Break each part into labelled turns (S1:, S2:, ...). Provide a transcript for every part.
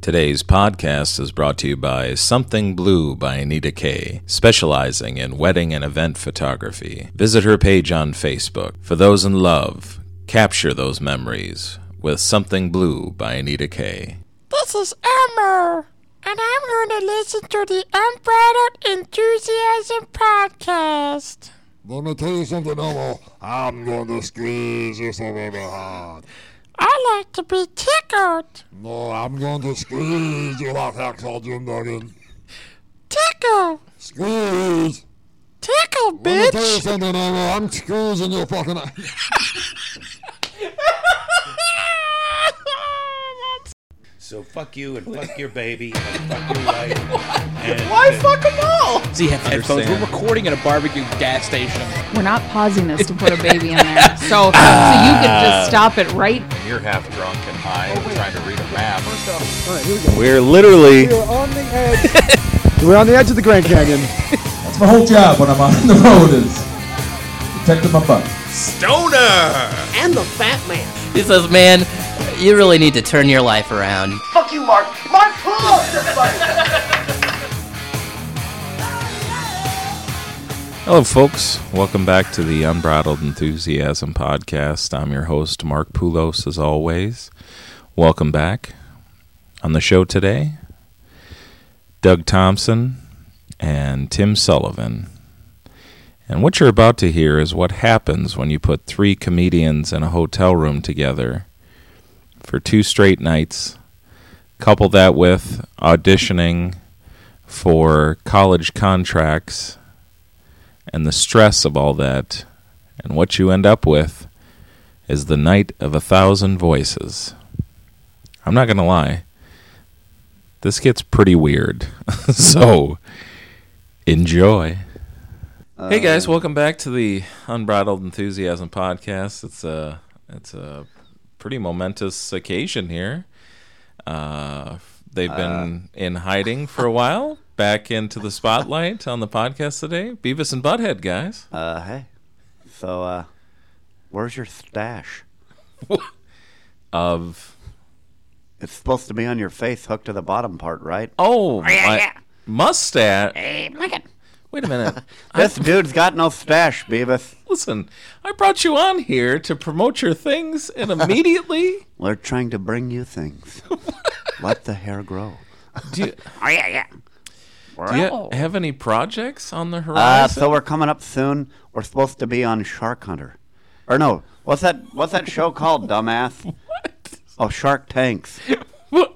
S1: Today's podcast is brought to you by Something Blue by Anita Kay, specializing in wedding and event photography. Visit her page on Facebook. For those in love, capture those memories with Something Blue by Anita Kay.
S2: This is Elmer, and I'm going to listen to the Unbridled Enthusiasm podcast.
S3: Let me tell you something, Elmo. I'm going to squeeze you so very hard.
S2: I like to be tickled.
S3: No, I'm going to squeeze you like Hacksaw Jim Duggan.
S2: Tickle.
S3: Squeeze!
S2: Tickle,
S3: Let me tell you
S2: bitch.
S3: something, Elmo. I'm squeezing your fucking ass.
S2: That's-
S4: So fuck you and fuck your baby and fuck your wife. And
S5: Why fuck them all?
S6: See, have headphones. We're
S1: Understand.
S6: recording at a barbecue gas station.
S7: We're not pausing this to put a baby in there. So, so you could just stop it right.
S8: You're half drunk and high and trying to read a map.
S9: We're literally
S10: We're on the edge of the Grand Canyon.
S9: my whole job when I'm on the road is protecting my butt.
S5: And the fat man.
S6: He says, man, you really need to turn your life around.
S5: Fuck you, Mark. Mark, pull
S1: Hello, folks. Welcome back to the Unbridled Enthusiasm podcast. I'm your host, Mark Poulos, as always. Welcome back. On the show today, Doug Thompson and Tim Sullivan. And what you're about to hear is what happens when you put three comedians in a hotel room together for two straight nights. Couple that with auditioning for college contracts and the stress of all that, and what you end up with is the night of a thousand voices. I'm not going to lie, this gets pretty weird. so, enjoy. hey guys, welcome back to the Unbridled Enthusiasm podcast. It's a it's a pretty momentous occasion here. Uh, they've
S8: Uh,
S1: been in hiding for a while. Back into the spotlight on the podcast today. Beavis and Butthead, guys.
S8: Uh, hey. So, uh, where's your stash?
S1: Of
S8: It's supposed to be on your face, hooked to the bottom part, right?
S1: oh, my mustache.
S2: Hey, look at
S1: Wait a minute.
S8: This dude's got no stash, Beavis.
S1: Listen, I brought you on here to promote your things, and immediately,
S8: We're trying to bring you things. Let the hair grow.
S1: do you,
S8: Oh, yeah, yeah.
S1: do
S2: Oh.
S1: you have any projects on the
S8: Uh,
S1: horizon?
S8: so we're coming up soon. We're supposed to be on Shark Hunter, or no? What's that? What's that show called, dumbass? Oh, Shark Tanks.
S1: What?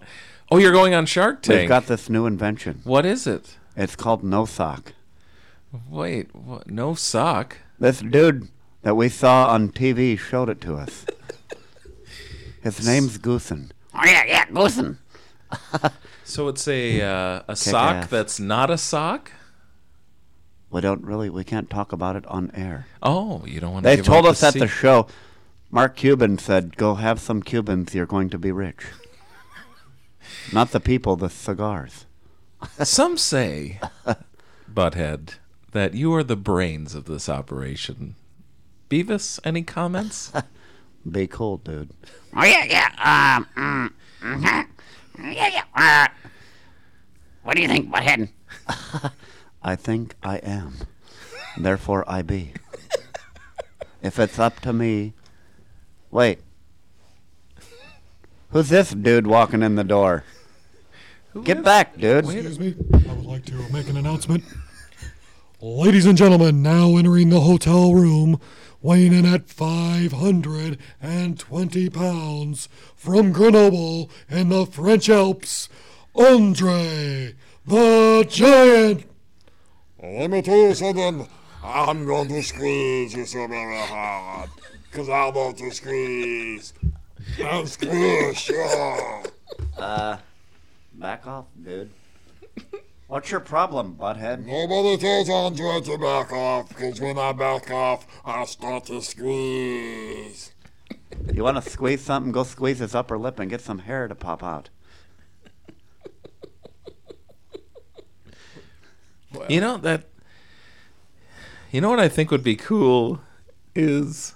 S1: Oh, you're going on Shark
S8: We've
S1: Tank.
S8: got this new invention.
S1: what is it?
S8: It's called No Sock.
S1: Wait, what? no sock.
S8: This dude that we saw on TV showed it to us. His name's Goosen. Oh yeah, yeah, Goosen.
S1: So it's a uh, a sock
S8: ass.
S1: that's not a sock.
S8: We don't really, we can't talk about it on air.
S1: Oh, you don't want to.
S8: They
S1: give
S8: told
S1: out
S8: us at the
S1: secret-
S8: show. Mark Cuban said, "Go have some Cubans. You're going to be rich." Not the people, the cigars.
S1: Some say, Butthead, that you are the brains of this operation. Beavis, any comments?
S8: Be cool, dude.
S2: Oh, yeah, yeah. Um, mm, mm-hmm. yeah, yeah. Uh, what do you think, Butthead?
S8: I think I am. Therefore, I be. if it's up to me. Wait. Who's this dude walking in the door? Get back, dude.
S10: Excuse me. I would like to make an announcement. Ladies and gentlemen, now entering the hotel room, weighing in at 520 pounds, from Grenoble in the French Alps, Andre the Giant.
S3: Let me tell you something. I'm going to squeeze you so very hard. Because I want to squeeze. And squish you.
S8: Back off, dude. What's your problem, butthead?
S3: Nobody tells Andre to back off, because when I back off, I start to squeeze.
S8: You want to squeeze something? Go squeeze his upper lip and get some hair to pop out.
S1: You know that. You know what I think would be cool is,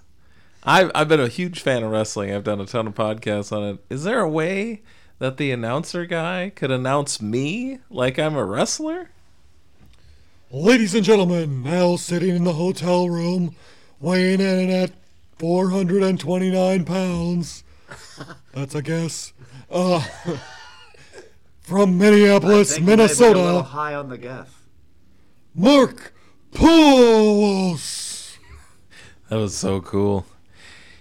S1: I've I've been a huge fan of wrestling. I've done a ton of podcasts on it. Is there a way that the announcer guy could announce me like I'm a wrestler?
S10: Ladies and gentlemen, now sitting in the hotel room, weighing in at 429 pounds. That's a guess. Uh, from
S8: I
S10: Minneapolis,
S8: think you may be A little
S10: Minnesota,
S8: high on the gas.
S10: Mark Poulos.
S1: That was so cool.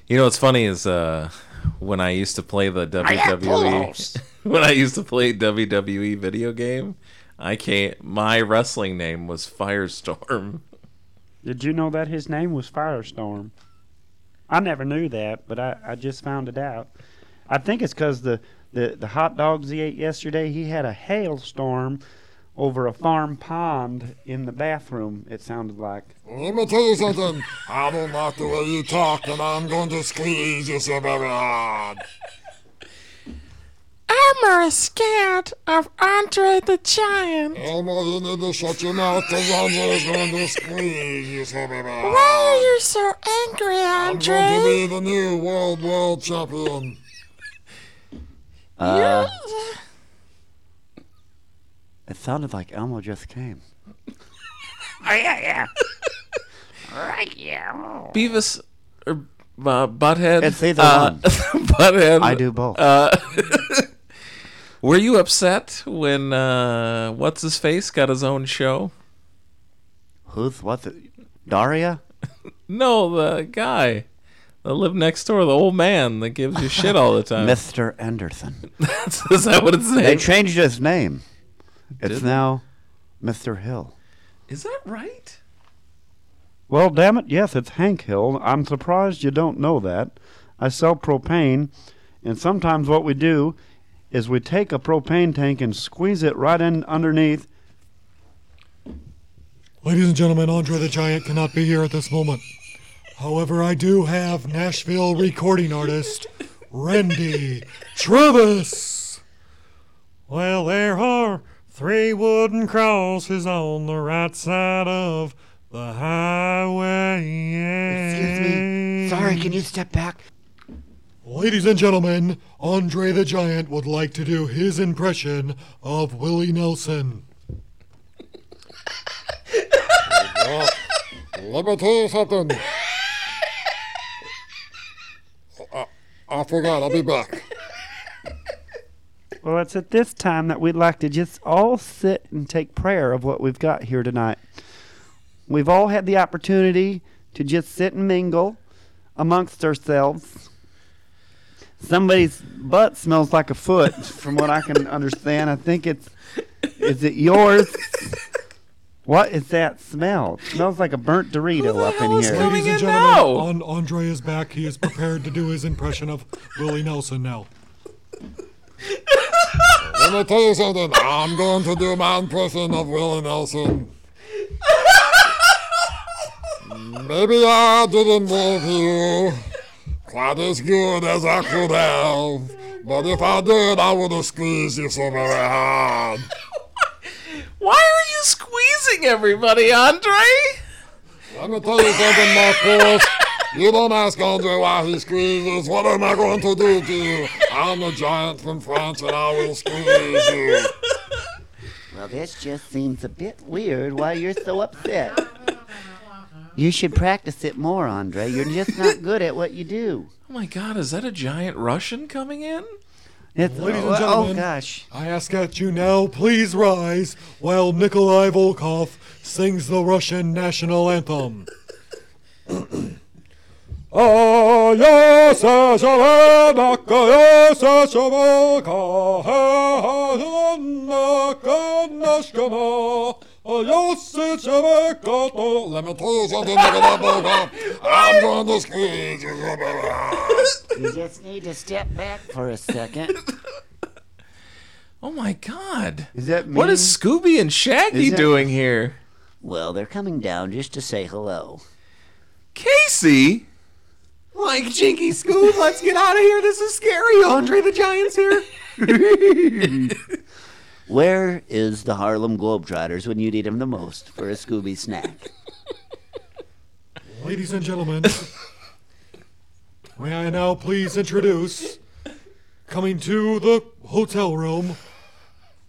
S1: You know what's funny is uh, when I used to play the
S11: got
S1: WWE
S11: pulls.
S1: when I used to play WWE video game, I can't my wrestling name was Firestorm.
S12: Did you know that his name was Firestorm? I never knew that, but I, I just found it out. I think it's because the, the, the hot dogs he ate yesterday, he had a hailstorm over a farm pond in the bathroom, it sounded like.
S3: Let me tell you something. I don't like the way you talk, and I'm going to squeeze you so very hard.
S2: Elmer is scared of Andre the Giant.
S3: Elmer, you need to shut your mouth, because Andre's going to squeeze you so very hard.
S2: Why are you so angry,
S3: I'm going to
S2: Andre?
S3: be the new world world champion.
S8: Uh, It sounded like Elmo just came.
S11: Oh, yeah, yeah. right, yeah.
S1: Beavis or uh, Butthead?
S8: It's either
S1: uh,
S8: one.
S1: Butthead.
S8: I do both.
S1: Uh, were you upset when uh, what's his face got his own show?
S8: Who's what's it? Daria?
S1: No, the guy that lived next door, the old man that gives you shit all the time.
S8: Mr. Anderson.
S1: Is that what it's
S8: They
S1: named?
S8: changed his name. It's
S1: Did they?
S8: now Mr. Hill.
S1: Is that right?
S12: Well, damn it, yes, it's Hank Hill. I'm surprised you don't know that. I sell propane, and sometimes what we do is we take a propane tank and squeeze it right in underneath.
S10: Ladies and gentlemen, Andre the Giant cannot be here at this moment. However, I do have Nashville recording artist Randy Travis.
S13: Well, there are three wooden crosses on the right side of the highway.
S10: Excuse me. Sorry, can
S13: you step back?
S10: Ladies and gentlemen, Andre the Giant would like to do his impression of Willie Nelson.
S3: Well, let me tell you something. I, Oh, I forgot. I'll be back.
S12: Well, it's at this time that we'd like to just all sit and take prayer of what we've got here tonight. We've all had the opportunity to just sit and mingle amongst ourselves. Somebody's butt smells like a foot, from what I can understand. I think it's. Is it yours? What is that smell? It smells like a burnt Dorito up in here.
S10: Ladies and gentlemen, on Andre is back. He is prepared to do his impression of Willie Nelson now.
S3: Let me tell you something. I'm going to do my impression of Willie Nelson. Maybe I didn't love you quite as good as I could have, but if I did, I would have squeezed you so very hard.
S1: Why are you squeezing everybody, Andre? Oh
S3: Let me tell you something, Marcus. You don't ask Andre why he squeezes. What am I going to do to you? I'm the giant from France, and I will squeeze you.
S5: Well, this just seems a bit weird why you're so upset.
S8: You should practice it more, Andre. You're just not good at what you do.
S1: Oh my god, is that a giant Russian coming in?
S8: It's,
S10: Ladies
S8: oh,
S10: and gentlemen,
S8: oh gosh.
S10: I ask that you now please rise while Nikolai Volkov sings the Russian national anthem.
S13: А я сожаленок, я сожаленка, хананка нашкана, а я сожаленка, то...
S3: Let me tell you something, Nikolai Bogov. I'm going to squeeze you so very hard.
S5: You just need to step back.
S8: For a second.
S1: Oh my god.
S8: Is that
S1: What is Scooby and Shaggy
S8: Is that-
S1: doing here?
S8: Well, they're coming down just to say hello.
S1: Casey?
S11: Like Jinky Scoob, let's get out of here. This is scary. Andre the Giant's here.
S1: Oh
S8: Where is the Harlem Globetrotters when you need them the most for a Scooby snack?
S10: Ladies and gentlemen, may I now please introduce coming to the hotel room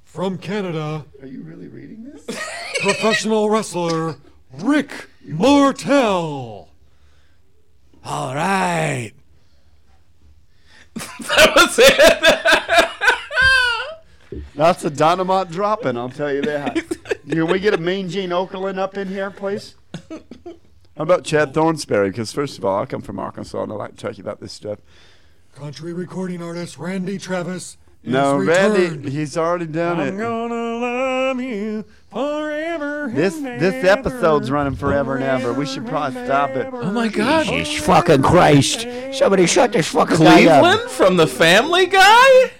S10: from Canada,
S11: Are you really reading this?
S10: professional wrestler Rick Martel.
S11: All right.
S1: that was it.
S8: That's a dynamite dropping, I'll tell you that. Can we get a Mean Gene Okerlund up in here, please?
S14: How about Chad Thornsberry? Because first of all, I come from Arkansas and I like to talk about this stuff.
S10: Country recording artist Randy Travis. is
S14: No,
S10: returned.
S14: Randy,
S8: he's already done
S13: I'm gonna love you forever.
S8: This this episode's running forever and ever. We should probably stop it.
S1: Oh my God!
S8: Jesus fucking Christ! Somebody shut this fucking
S1: Cleveland from the Family Guy.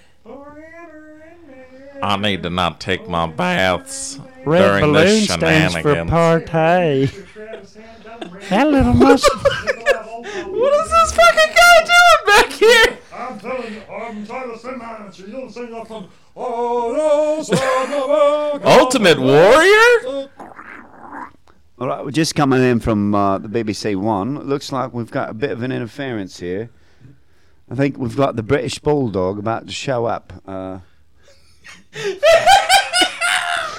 S1: I need to not take my baths
S12: Red
S1: during
S12: balloon
S1: this
S12: stands for
S1: shenanigans.
S12: party. that little must.
S1: what is this fucking guy doing back here?
S13: I'm telling you, I'm Titus Simmons. You don't sing up from Oh, no,
S1: Ultimate Warrior?
S8: All right, we're just coming in from uh, the BBC One. It looks like we've got a bit of an interference here. I think we've got the British Bulldog about to show up. Uh,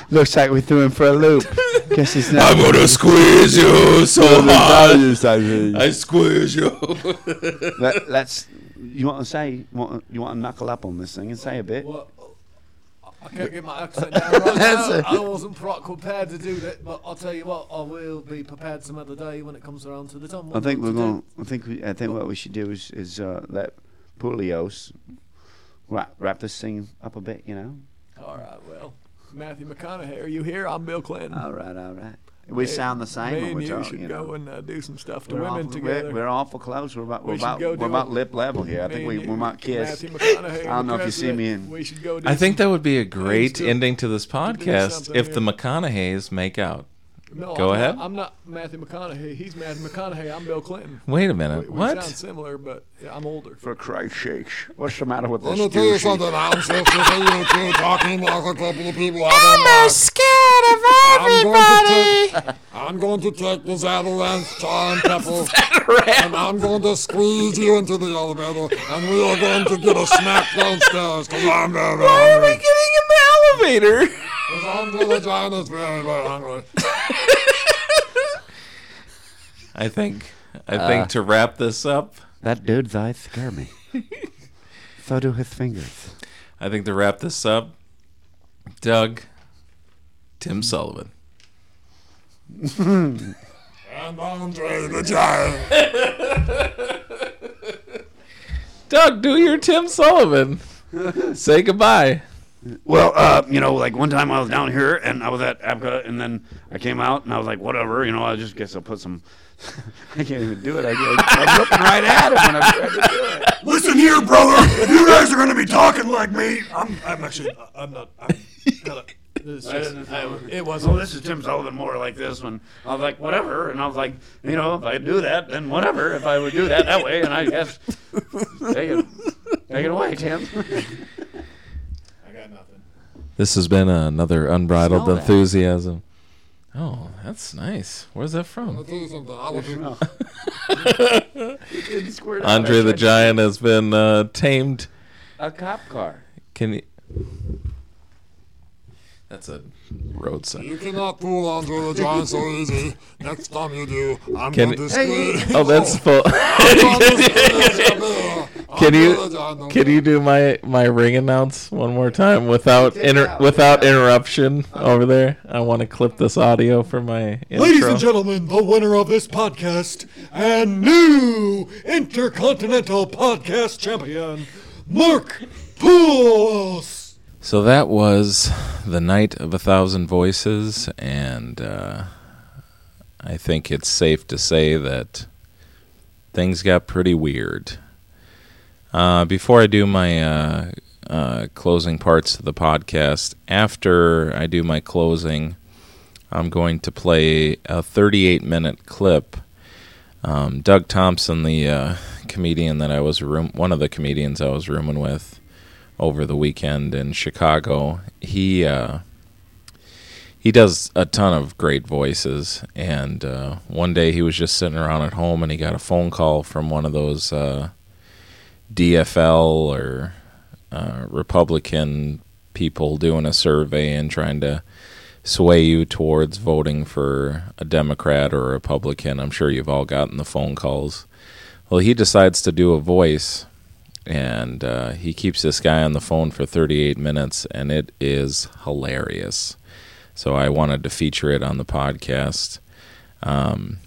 S8: looks like we threw him for a loop. Guess he's not.
S1: I'm gonna squeeze you so hard. I
S8: I
S1: squeeze you.
S8: Let, let's. You want to say? Want, you want to knuckle up on this thing and say a bit?
S11: I can't get my accent down right now. I wasn't pro- prepared to do that, but I'll tell you what, I will be prepared some other day when it comes around to the time.
S8: I
S11: What
S8: think
S11: not
S8: we're
S11: to do.
S8: going. I think we, I think what we should do is is uh, let Pulios wrap wrap this thing up a bit. You know.
S11: All right, well, Matthew McConaughey, are you here? I'm Bill Clinton.
S8: All right, all right. We sound the same
S11: Me
S8: when
S11: and
S8: we're
S11: you
S8: talking,
S11: should
S8: you
S11: go
S8: know.
S11: and uh, do some stuff to
S8: We're
S11: women
S8: awful- we're-
S11: together.
S8: We're awful close. We're about we're
S11: We should
S8: about,
S11: go
S8: we're
S11: do
S8: about
S11: a-
S8: lip level here. I
S11: me
S8: think
S11: and
S8: we,
S11: you,
S8: we're about kids.
S11: Matthew McConaughey
S8: I don't know if you see
S11: president.
S8: me in.
S11: We should go do
S1: I think
S11: some-
S1: that would be a great
S11: to-
S1: ending to this podcast
S11: something
S1: if
S11: here.
S1: the McConaughey's make out.
S11: No,
S1: Go
S11: I'm
S1: ahead.
S11: Not, I'm not Matthew McConaughey. He's Matthew McConaughey. I'm Bill Clinton.
S1: Wait a minute,
S11: We, we
S1: what?
S11: sound similar, but yeah, I'm older.
S8: For Christ's sake, what's the matter with
S3: Let
S8: this?
S3: me tell you
S8: douche?
S3: something. I'm sick of you two talking like a couple of people.
S2: I'm scared of everybody.
S3: I'm going to take this avalanche giant pepper, and I'm going to squeeze you into the elevator, and we are going to get a smack downstairs. Cause I'm very Why are we getting
S1: in the elevator?
S3: Because Andre the Giant is very, very hungry.
S1: I think. I
S8: Uh,
S1: think to wrap this up.
S8: That dude's eyes scare me. so do his fingers.
S1: I think to wrap this up, Doug, Tim Sullivan.
S3: And Andre the Giant.
S1: Doug, do your Tim Sullivan. Say goodbye.
S15: Well, uh, you know, like one time I was down here and I was at APCA and then I came out and I was like, whatever, you know, I just guess I'll put some.
S8: I can't even do it. I, I, I'm looking right at him when I try to do it.
S15: Listen here, brother. If you guys are going to be talking like me.
S10: I'm, I'm actually, uh, I'm not. I'm
S15: I
S11: didn't- I-
S15: it was. Well, Oh, this is Tim Sullivan more like this one. I was like, whatever. And I was like, you know, if I do that, then whatever. If I would do that that way, and I guess. Take it, take it away, Tim.
S1: This has been another unbridled
S3: Smell that.
S1: enthusiasm. Oh, that's nice. Where's that from?
S3: I'll tell you something. I would be-
S1: Andre the Giant has been uh, tamed.
S8: A cop car.
S1: Can you? That's a road sign.
S3: You cannot fool Andre the Giant so easy. Next time you do, I'm
S1: Can
S3: going to
S1: it-
S3: squeeze.
S1: Oh, that's full.
S3: I'm going to squeeze your beer.
S1: Can
S3: Andre
S1: you
S3: the Giant,
S1: can you do my my ring announce one more time without inter- without interruption over there? I want to clip this audio for my intro.
S10: Ladies and gentlemen, the winner of this podcast and new Intercontinental Podcast Champion, Mark Poulos.
S1: So that was The Night of a Thousand Voices, and uh, I think it's safe to say that things got pretty weird. Uh, before I do my uh, uh, closing parts of the podcast, after I do my closing, I'm going to play a 38 minute clip. Um, Doug Thompson, the uh, comedian that I was room, one of the comedians I was rooming with over the weekend in Chicago, he uh, he does a ton of great voices. And uh, one day he was just sitting around at home and he got a phone call from one of those uh, DFL or uh, Republican people doing a survey and trying to sway you towards voting for a Democrat or a Republican. I'm sure you've all gotten the phone calls. Well, he decides to do a voice, and uh, he keeps this guy on the phone for 38 minutes, and it is hilarious. So I wanted to feature it on the podcast. Um,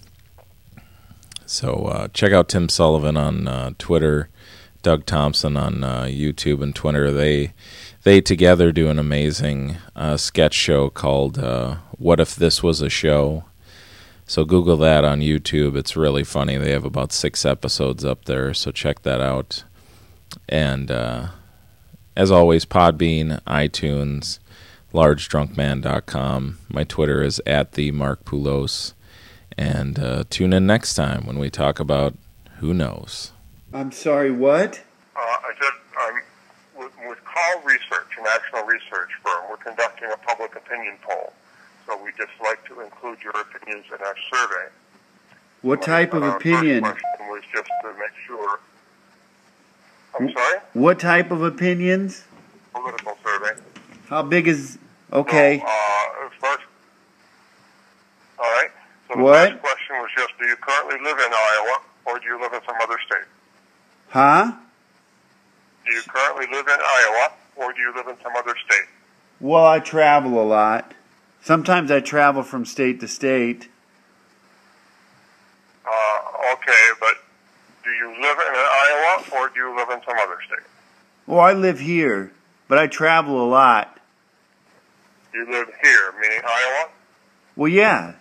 S1: so uh, check out Tim Sullivan on uh, Twitter, Doug Thompson on uh, YouTube and Twitter. They they together do an amazing uh, sketch show called uh, "What If This Was a Show." So Google that on YouTube. It's really funny. They have about six episodes up there, so check that out. And uh, as always, Podbean, iTunes, largedrunkman.com. My Twitter is at the Mark Poulos. And uh, tune in next time when we talk about who knows.
S16: I'm sorry, what?
S17: Uh, I said, um, with, with Call Research, a national research firm, we're conducting a public opinion poll. So we just like to include your opinions in our survey.
S16: What type of
S17: Uh, first
S16: opinion?
S17: question was just to make sure. I'm sorry?
S16: What type of opinions?
S17: Political survey.
S16: How big is. Okay.
S17: So, uh, first, all right. So the
S16: What?
S17: first question was just, do you currently live in Iowa or do you live in some other state?
S16: Huh?
S17: Do you currently live in Iowa or do you live in some other state?
S16: Well, I travel a lot. Sometimes I travel from state to state.
S17: Uh, okay, but do you live in Iowa or do you live in some other state?
S16: Well, Oh, I live here, but I travel a lot.
S17: You live here, meaning Iowa?
S16: Well, yeah.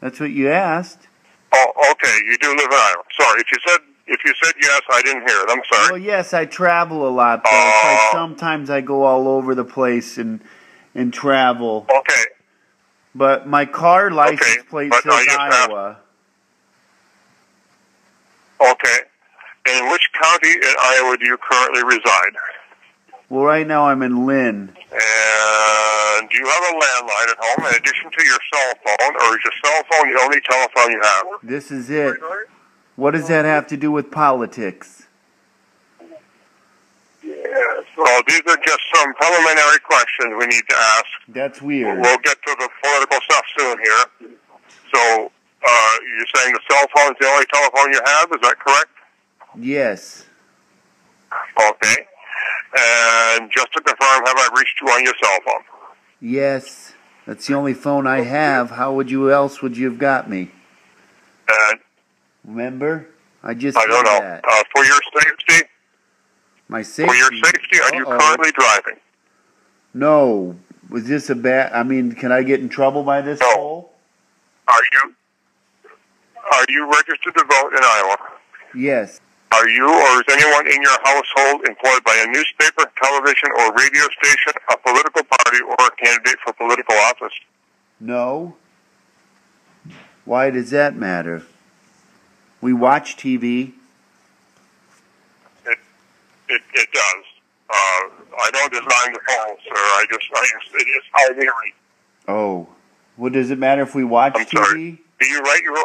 S16: That's what you asked.
S17: Oh, okay, you do live in Iowa. Sorry, if you said if you said yes, I didn't hear it. I'm sorry. Uh,
S16: Well, yes, I travel a lot, though. It's like sometimes I go all over the place and and travel.
S17: Okay.
S16: But my car license plate
S17: but I
S16: says
S17: just asked-
S16: Iowa.
S17: Okay. In which county in Iowa do you currently reside?
S16: Well, right now I'm in Lynn.
S17: And do you have a landline at home in addition to your cell phone, or is your cell phone the only telephone you have?
S16: This is it. What does that have to do with politics?
S17: Yes. Well, these are just some preliminary questions we need to ask.
S16: That's
S8: Hmm.
S16: weird.
S17: We'll get to the political stuff soon here. So, uh, you're saying the cell phone is the only telephone you have? Is that correct?
S16: Yes.
S17: Okay. And just to confirm, have I reached you on your cell phone?
S16: Yes. That's the only phone I have. How would you else would you have got me?
S17: And
S16: Remember? I just
S17: I don't
S16: said
S17: know.
S16: that.
S17: Uh, for your safety,
S16: My
S17: for your
S16: safety.
S17: safety, are you
S16: Uh-oh.
S17: currently driving?
S16: No. Was this a bad I mean, can I get in trouble by this poll?
S17: Are you are you registered to vote in Iowa?
S16: Yes.
S17: Are you or is anyone in your household employed by a newspaper, television, or radio station, a political party, or a candidate for political office?
S16: No. Why does that matter? We watch TV.
S17: It it, it does. Uh, I don't design the poll, sir. I just I just it is how they read.
S16: Oh. What does it matter if we watch
S17: I'm
S16: TV?
S17: sorry. Do you write your own?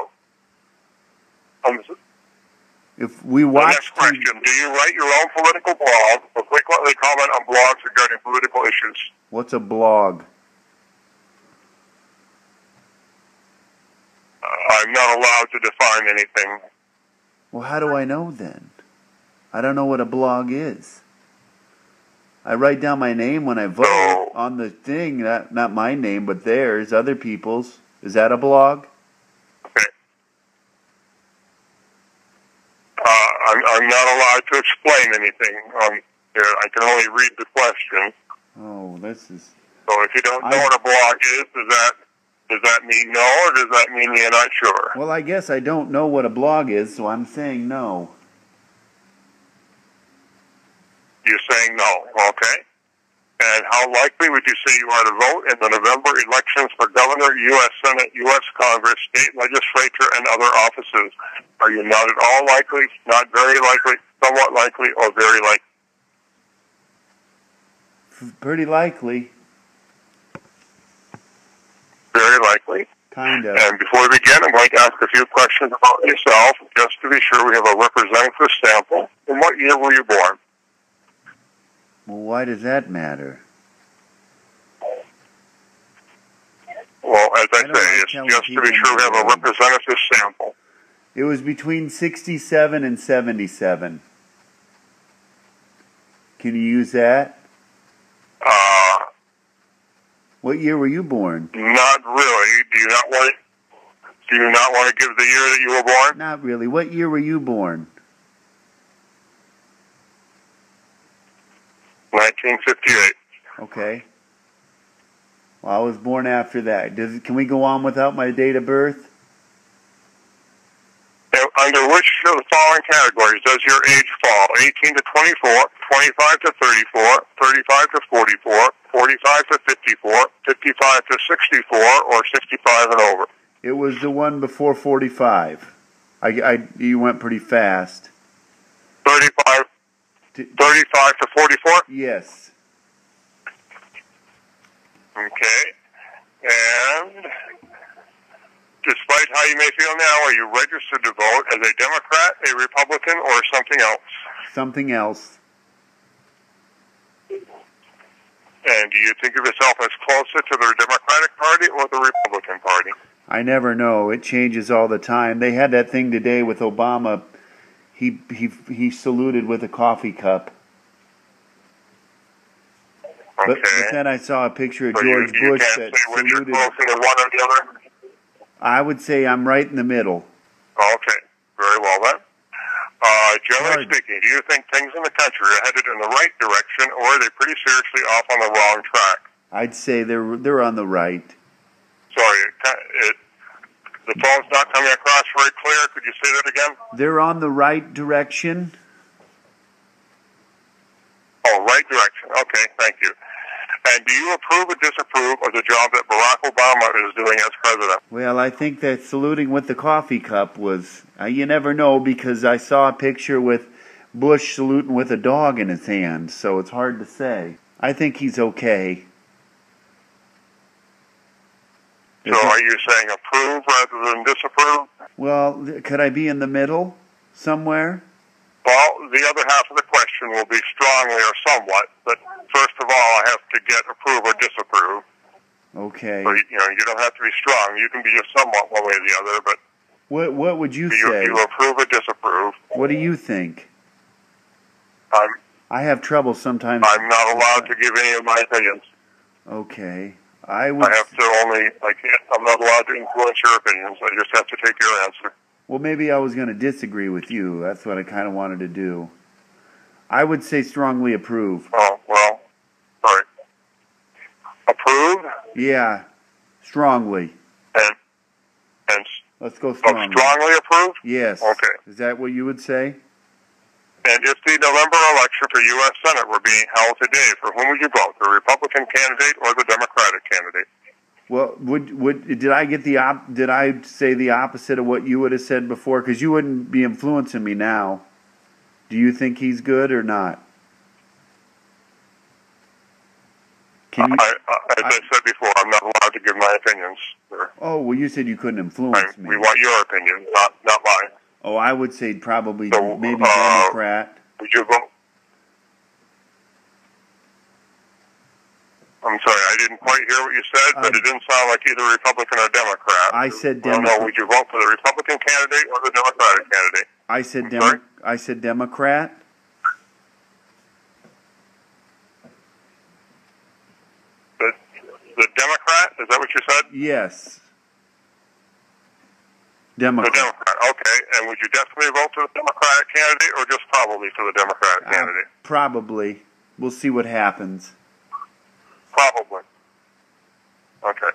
S17: Um,
S16: If we watch
S17: next question: Do you write your own political blog or frequently comment on blogs regarding political issues?
S16: What's a blog?
S17: Uh, I'm not allowed to define anything.
S16: Well, how do I know then? I don't know what a blog is. I write down my name when I vote
S17: Oh.
S16: on the thing, not, not my name, but theirs, other people's. Is that a blog?
S17: Uh, I'm, I'm not allowed to explain anything. Um, here. I can only read the question.
S16: Oh, this is.
S17: So if you don't know what a blog is, does that does that mean no, or does that mean you're not sure?
S16: Well, I guess I don't know what a blog is, so I'm saying no.
S17: You're saying no, okay? And how likely would you say you are to vote in the November elections for governor, U.S. Senate, U.S. Congress, state legislature, and other offices? Are you not at all likely, not very likely, somewhat likely, or very likely?
S16: F- Pretty likely.
S17: Very likely.
S16: Kind of.
S17: And before we begin, I'm going to ask a few questions about yourself, just to be sure we have a representative sample. In what year were you born?
S16: Well, why does that matter?
S17: Well, as I, say, it's just to be sure we have a representative sample.
S16: It was between 67 and 77. Can you use that?
S17: Uh,
S16: What year were you born?
S17: not really. Do you not want? Do you not want to give the year that you were born?
S16: Not really. What year were you born?
S17: 1958.
S16: Okay. Well, I was born after that. Does can we go on without my date of birth?
S17: And under which of the following categories does your age fall? 18 to 24, 25 to 34, 35 to 44, 45 to 54, 55 to 64, or 65 and over?
S16: It was the one before 45. I, I you went pretty fast.
S17: 35, 35 to 44?
S16: Yes.
S17: Okay. And despite how you may feel now, are you registered to vote as a Democrat, a Republican, or something else?
S16: Something else.
S17: And do you think of yourself as closer to the Democratic Party or the Republican Party?
S16: I never know. It changes all the time. They had that thing today with Obama. He he he saluted with a coffee cup. But, but then I saw a picture of
S17: So you,
S16: George
S17: you
S16: Bush
S17: can't
S16: that
S17: say whether you're
S16: saluted.
S17: closer to one or the other?
S16: I would say I'm right in the middle.
S17: Okay, very well then. Uh, generally speaking, do you think things in the country are headed in the right direction, or are they pretty seriously off on the wrong track?
S16: I'd say they're they're on the right.
S17: Sorry, it, ki- it, the phone's not coming across very clear. Could you say that again?
S16: They're on the right direction.
S17: Oh, right direction. Okay, thank you. And do you approve or disapprove of the job that Barack Obama is doing as president?
S16: Well, I think that saluting with the coffee cup was. Uh, you never know because I saw a picture with Bush saluting with a dog in his hand, so it's hard to say. I think he's okay.
S17: So are you saying approve rather than disapprove?
S16: Well, th- could I be in the middle somewhere?
S17: Well, the other half of the question will be strongly or somewhat, but first of all, I have to get approve or disapprove.
S16: Okay.
S17: So, you know, you don't have to be strong. You can be just somewhat one way or the other, but
S16: What What would you
S17: do you,
S16: say?
S17: you approve or disapprove?
S16: What do you think?
S17: I'm,
S16: I have trouble sometimes.
S17: I'm not allowed to give any of my opinions.
S16: Okay. I would.
S17: I have to only, like, I'm not allowed to influence your opinions. I just have to take your answer.
S16: Well, maybe I was going to disagree with you. That's what I kind of wanted to do. I would say strongly approve.
S17: Oh, well, all right. Approve
S16: Yeah, strongly.
S17: and, and
S16: Let's go
S17: oh,
S16: strongly.
S17: strongly approve?
S16: Yes.
S17: Okay.
S16: Is that what you would say?
S17: And if the November election for U.S. Senate were being held today, for whom would you vote, the Republican candidate or the Democratic candidate?
S16: Well, would would did I get the op? Did I say the opposite of what you would have said before? Because you wouldn't be influencing me now. Do you think he's good or not? Can you?
S17: I, I, as I, said before, I'm not allowed to give my opinions. sir.
S16: Oh well, you said you couldn't
S17: I,
S16: influence me.
S17: we want your opinion, not not mine.
S16: Oh, I would say probably maybe
S17: uh,
S16: Democrat.
S17: Would you vote? I'm sorry, I didn't quite hear what you said, but it didn't sound like either Republican or Democrat.
S16: Uh, I said
S17: I don't know.
S16: Democrat.
S17: Would you vote for the Republican candidate or the Democratic candidate?
S16: I said Demo- I said Democrat.
S17: The, the Democrat? Is that what you said?
S16: Yes.
S17: The
S16: Democrat.
S17: Democrat. Okay. And would you definitely vote for the Democratic candidate or just probably for the
S16: Uh,
S17: Democratic candidate?
S16: Probably. We'll see what happens.
S17: Probably. Okay.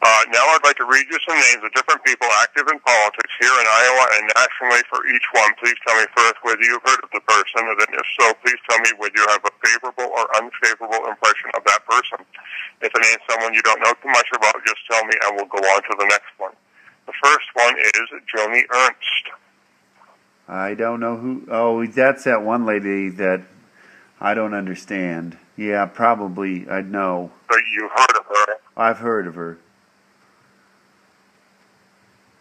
S17: Uh, now I'd like to read you some names of different people active in politics here in Iowa and nationally for each one. Please tell me first whether you've heard of the person, and then if so, please tell me whether you have a favorable or unfavorable impression of that person. If it ain't someone you don't know too much about, just tell me and we'll go on to the next one. The first one is Joni Ernst.
S16: I don't know who. Oh, that's that one lady that I don't understand. Yeah, probably. I know.
S17: But you've heard of her.
S16: I've heard of her.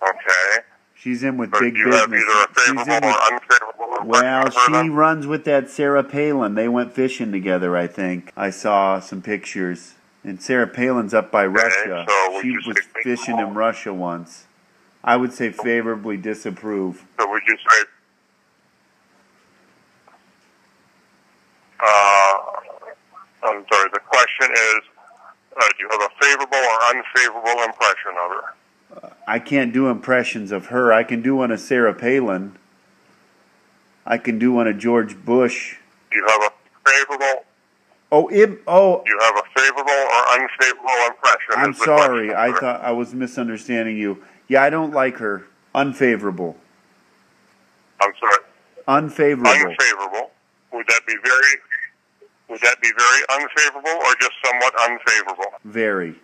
S17: Okay.
S16: She's in with
S17: But
S16: big
S17: you
S16: business.
S17: have either a
S16: She's in
S17: favorable
S16: with,
S17: or unfavorable
S16: Well, she runs with that Sarah Palin. They went fishing together, I think. I saw some pictures. And Sarah Palin's up by Russia. she was fishing in Russia once. I would say favorably disapprove.
S17: So would you say, uh, I'm sorry, the question is, uh, do you have a favorable or unfavorable impression of her?
S16: I can't do impressions of her. I can do one of Sarah Palin. I can do one of George Bush.
S17: Do you have a favorable,
S16: Oh, Ib- oh,
S17: do you have a favorable or unfavorable impression?
S16: I'm
S17: is the
S16: sorry. I
S17: question, sir.
S16: thought I was misunderstanding you. Yeah, I don't like her. Unfavorable.
S17: I'm sorry.
S16: Unfavorable.
S17: Unfavorable. Would that be very, would that be very unfavorable or just somewhat unfavorable?
S16: Very.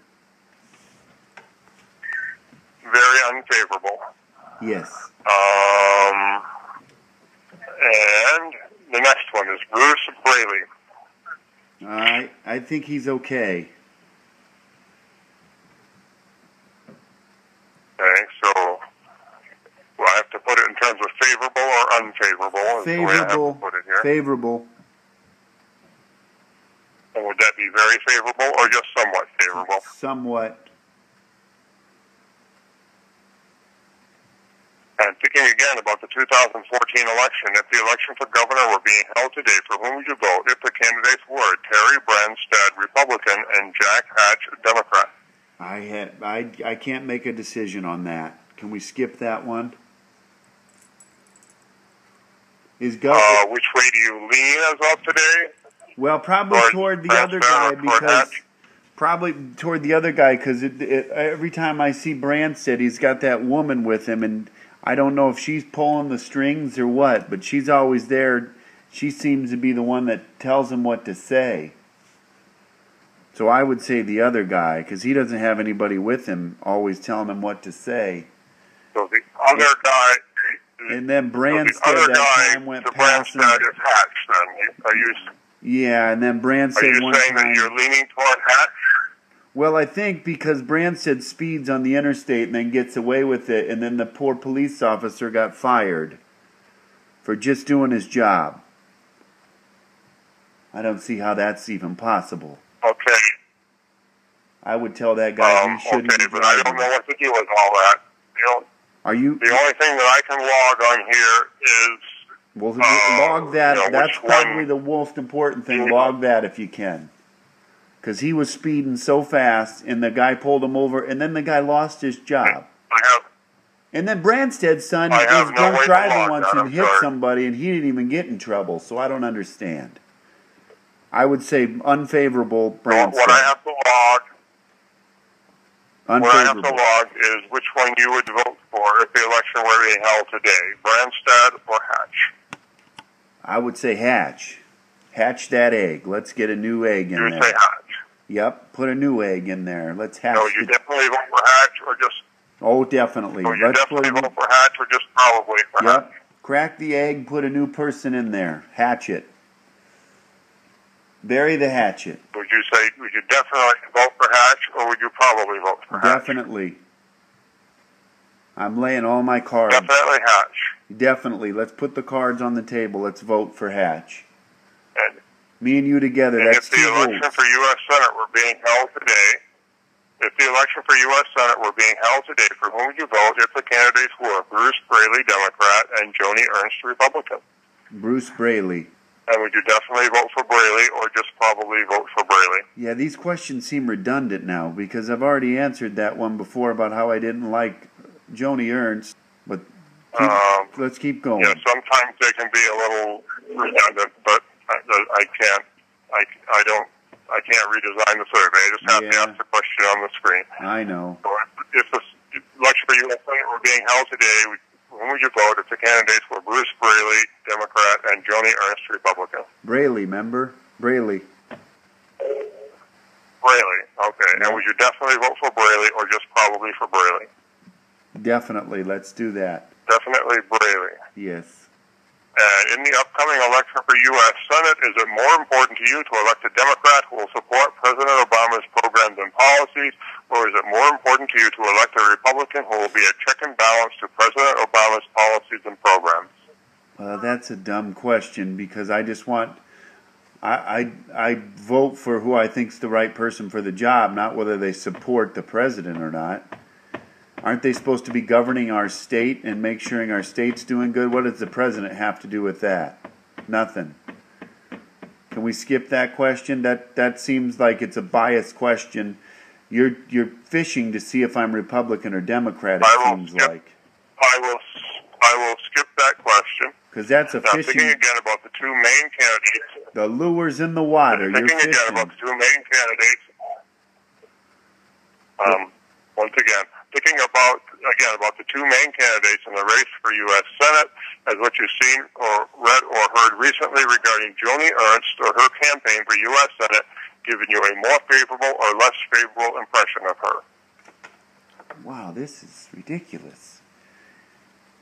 S17: Very unfavorable.
S16: Yes.
S17: Um, and the next one is Bruce Braley.
S16: I I think he's okay.
S17: Okay, so well, I have to put it in terms of favorable or unfavorable. Is the way I have to
S16: Favorable.
S17: put it here.
S16: Favorable.
S17: And would that be very favorable or just somewhat favorable?
S16: Somewhat.
S17: And thinking again about the 2014 election, if the election for governor were being held today, for whom would you vote if the candidates were Terry Branstad, Republican, and Jack Hatch, Democrat?
S16: I had I I can't make a decision on that. Can we skip that one? Is Gov-
S17: Uh, which way do you lean as of today?
S16: well probably toward the other guy because probably toward the other guy because it, it, every time I see Branstad, he's got that woman with him, and I don't know if she's pulling the strings or what, but she's always there. She seems to be the one that tells him what to say. So I would say the other guy because he doesn't have anybody with him, always telling him what to say.
S17: So the other guy,
S16: And then
S17: the
S16: Branstad
S17: other
S16: that
S17: guy
S16: time went
S17: to
S16: past him.
S17: Branstad is Hatch. Then are you
S16: Yeah, and then
S17: are
S16: Branstad
S17: you
S16: one
S17: saying
S16: time.
S17: that you're leaning toward Hatch?
S16: Well, I think because Branstad speeds on the interstate and then gets away with it, and then the poor police officer got fired for just doing his job. I don't see how that's even possible.
S17: Okay,
S16: I would tell that guy
S17: um,
S16: he shouldn't
S17: okay,
S16: be
S17: but I don't
S16: driving.
S17: know what to do with all that. You know,
S16: Are you?
S17: the only thing that I can log on here is
S16: Well,
S17: uh,
S16: log that.
S17: you know,
S16: that's
S17: which one-
S16: probably the most important thing. Log that if you can, because he was speeding so fast, and the guy pulled him over, and then the guy lost his job.
S17: I have
S16: And then Branstad's son
S17: I
S16: was
S17: have no way
S16: drunk
S17: to
S16: driving
S17: log
S16: once
S17: that,
S16: and
S17: I'm
S16: hit
S17: sorry.
S16: somebody, and he didn't even get in trouble. So I don't understand. I would say unfavorable
S17: what- what I
S16: Branstad.
S17: have to log. What I have to
S16: Unfavorable.
S17: log is which one you would vote for if the election were being held today, Branstad or Hatch.
S16: I would say hatch. Hatch that egg. Let's get a new egg in
S17: You would
S16: there.
S17: say Hatch.
S16: Yep, put a new egg in there. Let's hatch.
S17: No, you
S16: the-
S17: definitely vote for Hatch or just
S16: oh, definitely.
S17: no, you
S16: Let's put
S17: definitely
S16: a new-
S17: vote for Hatch or just probably for
S16: Yep. Crack the egg, put a new person in there. Hatch it. Bury the hatchet.
S17: Hatch. Would you say would you definitely vote for Hatch or would you probably vote for Hatch?
S16: Definitely. I'm laying all my cards.
S17: Definitely Hatch.
S16: Definitely. Let's put the cards on the table. Let's vote for Hatch.
S17: And,
S16: Me and you together.
S17: and
S16: That's
S17: if the
S16: two
S17: election
S16: votes.
S17: for U.S. Senate were being held today, if the election for U.S. Senate were being held today, for whom would you vote if the candidates were Bruce Braley, Democrat, and Joni Ernst, Republican?
S16: Bruce Braley.
S17: And would you definitely vote for Braley or just probably vote for Braley?
S16: Yeah, these questions seem redundant now because I've already answered that one before about how I didn't like Joni Ernst. But keep,
S17: Um,
S16: let's keep going.
S17: Yeah, sometimes they can be a little redundant, but I, I can't. I, I don't. I can't redesign the survey. I just have to ask the question on the screen.
S16: I know.
S17: So if, if the s- election for U.S. Senate were being held today, would- when would you vote if the candidates were Bruce Braley, Democrat, and Joni Ernst, Republican?
S16: Braley, member? Braley.
S17: Braley, okay. And would you definitely vote for Braley or just probably for Braley?
S16: Definitely. Let's do that.
S17: Definitely Braley.
S16: Yes.
S17: And in the upcoming election for U.S. Senate, is it more important to you to elect a Democrat who will support President Obama's programs and policies, or is it more important to you to elect a Republican who will be a check and balance to President Obama's policies and programs?
S16: Well, Uh, that's a dumb question because I just want. I, I, I vote for who I think's the right person for the job, not whether they support the president or not. Aren't they supposed to be governing our state and make sure our state's doing good? What does the president have to do with that? Nothing. Can we skip that question? That that seems like it's a biased question. You're you're fishing to see if I'm Republican or Democrat. It seems like
S17: I will, I will skip that question.
S16: because that's a
S17: Now, thinking
S16: fishing.
S17: again about the two main candidates,
S16: The lure's in the water. You're
S17: thinking again
S16: fishing.
S17: about the two main candidates. Um, once again, thinking about again about the two main candidates in the race for U.S. Senate, as what you've seen or read or heard recently regarding Joni Ernst or her campaign for U.S. Senate, giving you a more favorable or less favorable impression of her.
S16: Wow, this is ridiculous.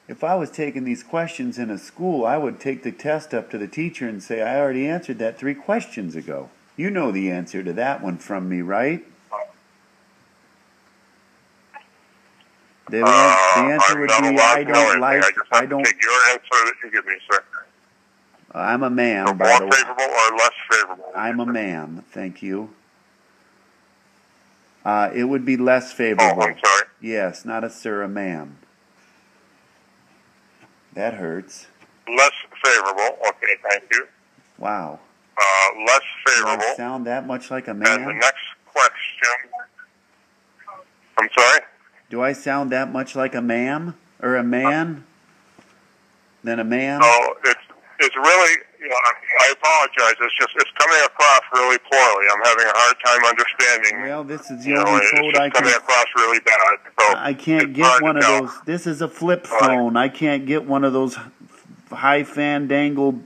S16: If I was taking these questions in a school, I would take the test up to the teacher and say, I already answered that three questions ago. You know the answer to that one from me, right? The, an-
S17: Uh,
S16: the answer would be, I don't like, I don't,
S17: Take your answer that you give me, sir.
S16: I'm a man, by the
S17: more
S16: way.
S17: favorable or less favorable?
S16: I'm a man, thank you. Uh, it would be less favorable.
S17: Oh, I'm sorry.
S16: Yes, not a sir, a ma'am. That hurts.
S17: Less favorable. Okay, thank you.
S16: Wow.
S17: Uh, less
S16: Do I
S17: favorable.
S16: sound that much like a
S17: And the
S16: man?
S17: next question. I'm sorry.
S16: Do I sound that much like a ma'am or a man? Then a man?
S17: No, it's it's really. You know, I I apologize. It's just it's coming across really poorly. I'm having a hard time understanding.
S16: Well, this is the
S17: You know,
S16: only
S17: it's
S16: phone
S17: just
S16: I
S17: coming
S16: can.
S17: across really bad. So
S16: I can't get one of those. This is a flip phone. I can't get one of those high fandangle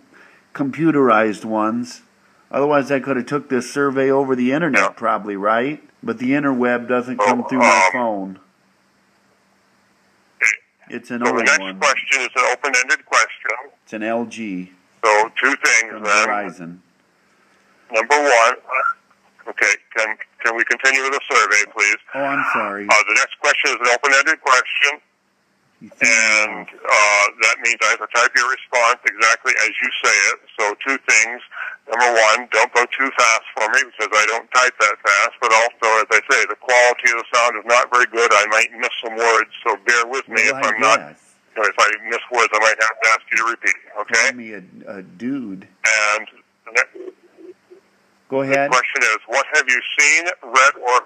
S16: computerized ones. Otherwise, I could have took this survey over the internet, probably right. But the interweb doesn't come
S17: Oh,
S16: through
S17: um,
S16: my phone. It's an
S17: so the
S16: old
S17: next
S16: one.
S17: question is an open-ended question.
S16: It's an LG
S17: So two things
S16: from
S17: then.
S16: Verizon.
S17: Number one. uh, Okay, can can we continue with the survey, please?
S16: Oh, I'm sorry.
S17: Uh, the next question is an open-ended question, and uh, that means I have to type your response exactly as you say it. So two things. Number one, don't go too fast for me because I don't type that fast. But also, as I say, the quality of the sound is not very good. I might miss some words, so bear with me if
S16: Well, I
S17: I'm not.
S16: guess.
S17: If I miss words, I might have to ask you to repeat. Okay.
S16: Call me a, a dude.
S17: And the next
S16: Go ahead.
S17: question is, what have you seen, read, or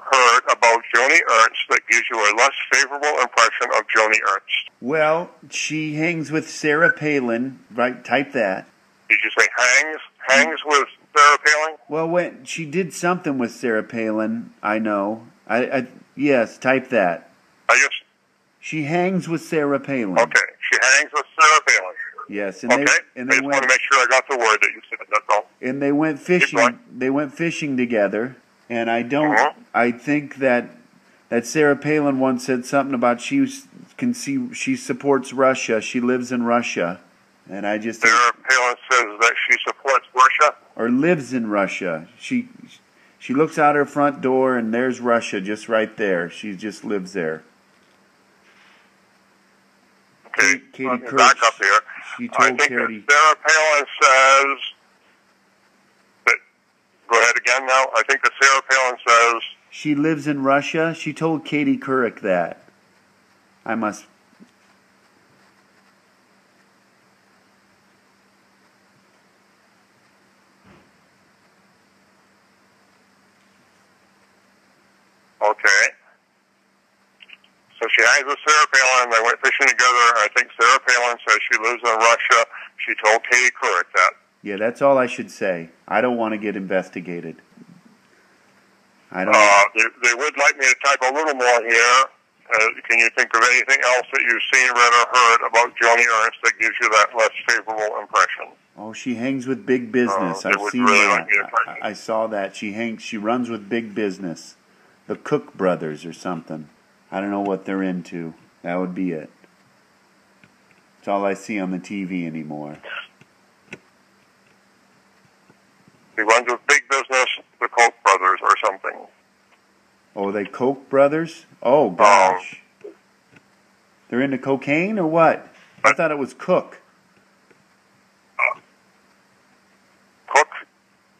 S17: heard about Joni Ernst that gives you a less favorable impression of Joni Ernst?
S16: Well, she hangs with Sarah Palin. Right, type that.
S17: Did you say hangs? Hangs with Sarah Palin?
S16: Well, when she did something with Sarah Palin, I know. I, I yes, type that.
S17: I just
S16: She hangs with Sarah Palin.
S17: okay. She hangs with Sarah Palin.
S16: Yes, and
S17: okay.
S16: they and
S17: I
S16: they
S17: just want
S16: went
S17: to make sure I got the word that you said. That's all.
S16: and they went fishing. They went fishing together, and I don't.
S17: Uh-huh.
S16: I think that that Sarah Palin once said something about she was- can see she supports Russia. She lives in Russia, and I just
S17: Sarah Palin says that she supports Russia.
S16: or lives in Russia. She she looks out her front door and there's Russia just right there. She just lives there.
S17: Okay.
S16: Katie
S17: let me
S16: Couric,
S17: back up here.
S16: She
S17: I
S16: told
S17: think that
S16: Katie,
S17: Sarah Palin says that. Go ahead again now. I think that Sarah Palin says
S16: she lives in Russia. She told Katie Couric that. I must.
S17: Okay. So she hangs with Sarah Palin. They went fishing together. I think Sarah Palin says she lives in Russia. She told Katie Couric that.
S16: Yeah, that's all I should say. I don't want to get investigated. I don't.
S17: Uh, they, they would like me to type a little more here. Uh, can you think of anything else that you've seen, read, or heard about Joni Ernst that gives you that less favorable impression?
S16: oh, she hangs with big business.
S17: they
S16: I've
S17: would
S16: seen
S17: Oh, really
S16: that.
S17: like me to
S16: I, I saw that. She hangs. She runs with big business, the Cook brothers or something. I don't know what they're into. That would be it. It's all I see on the TV anymore.
S17: She runs with big business, the Koch brothers, or something.
S16: Oh, are they Koch brothers? Oh gosh. They're into cocaine or what? I thought it was Cook.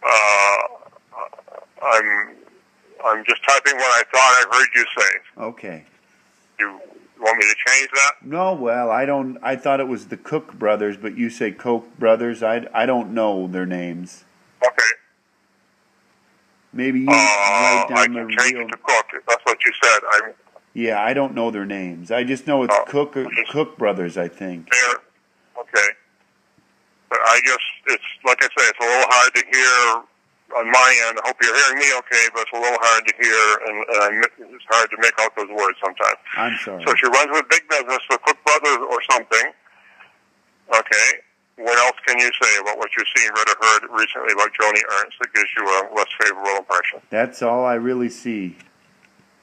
S17: uh, I'm just typing what I thought I heard you say.
S16: Okay.
S17: You want me to change that?
S16: No, well, I don't. I thought it was the Cook brothers, but you say Koch brothers. I, I don't know their names.
S17: Okay.
S16: Maybe you
S17: Uh,
S16: write
S17: I
S16: down
S17: can
S16: their
S17: change
S16: real.
S17: it to Cook. if That's what you said. I'm
S16: Yeah, I don't know their names. I just know
S17: Oh.
S16: it's Cook Cook brothers. I think.
S17: there. Okay. But I just, it's, like I say, it's a little hard to hear on my end. I hope you're hearing me okay, but it's a little hard to hear, and, and I, mi- it's hard to make out those words sometimes.
S16: I'm sorry.
S17: So she runs with big business, the Cook Brothers or something. Okay. What else can you say about what you've seen, read, or heard recently about Joni Ernst that gives you a less favorable impression?
S16: That's all I really see.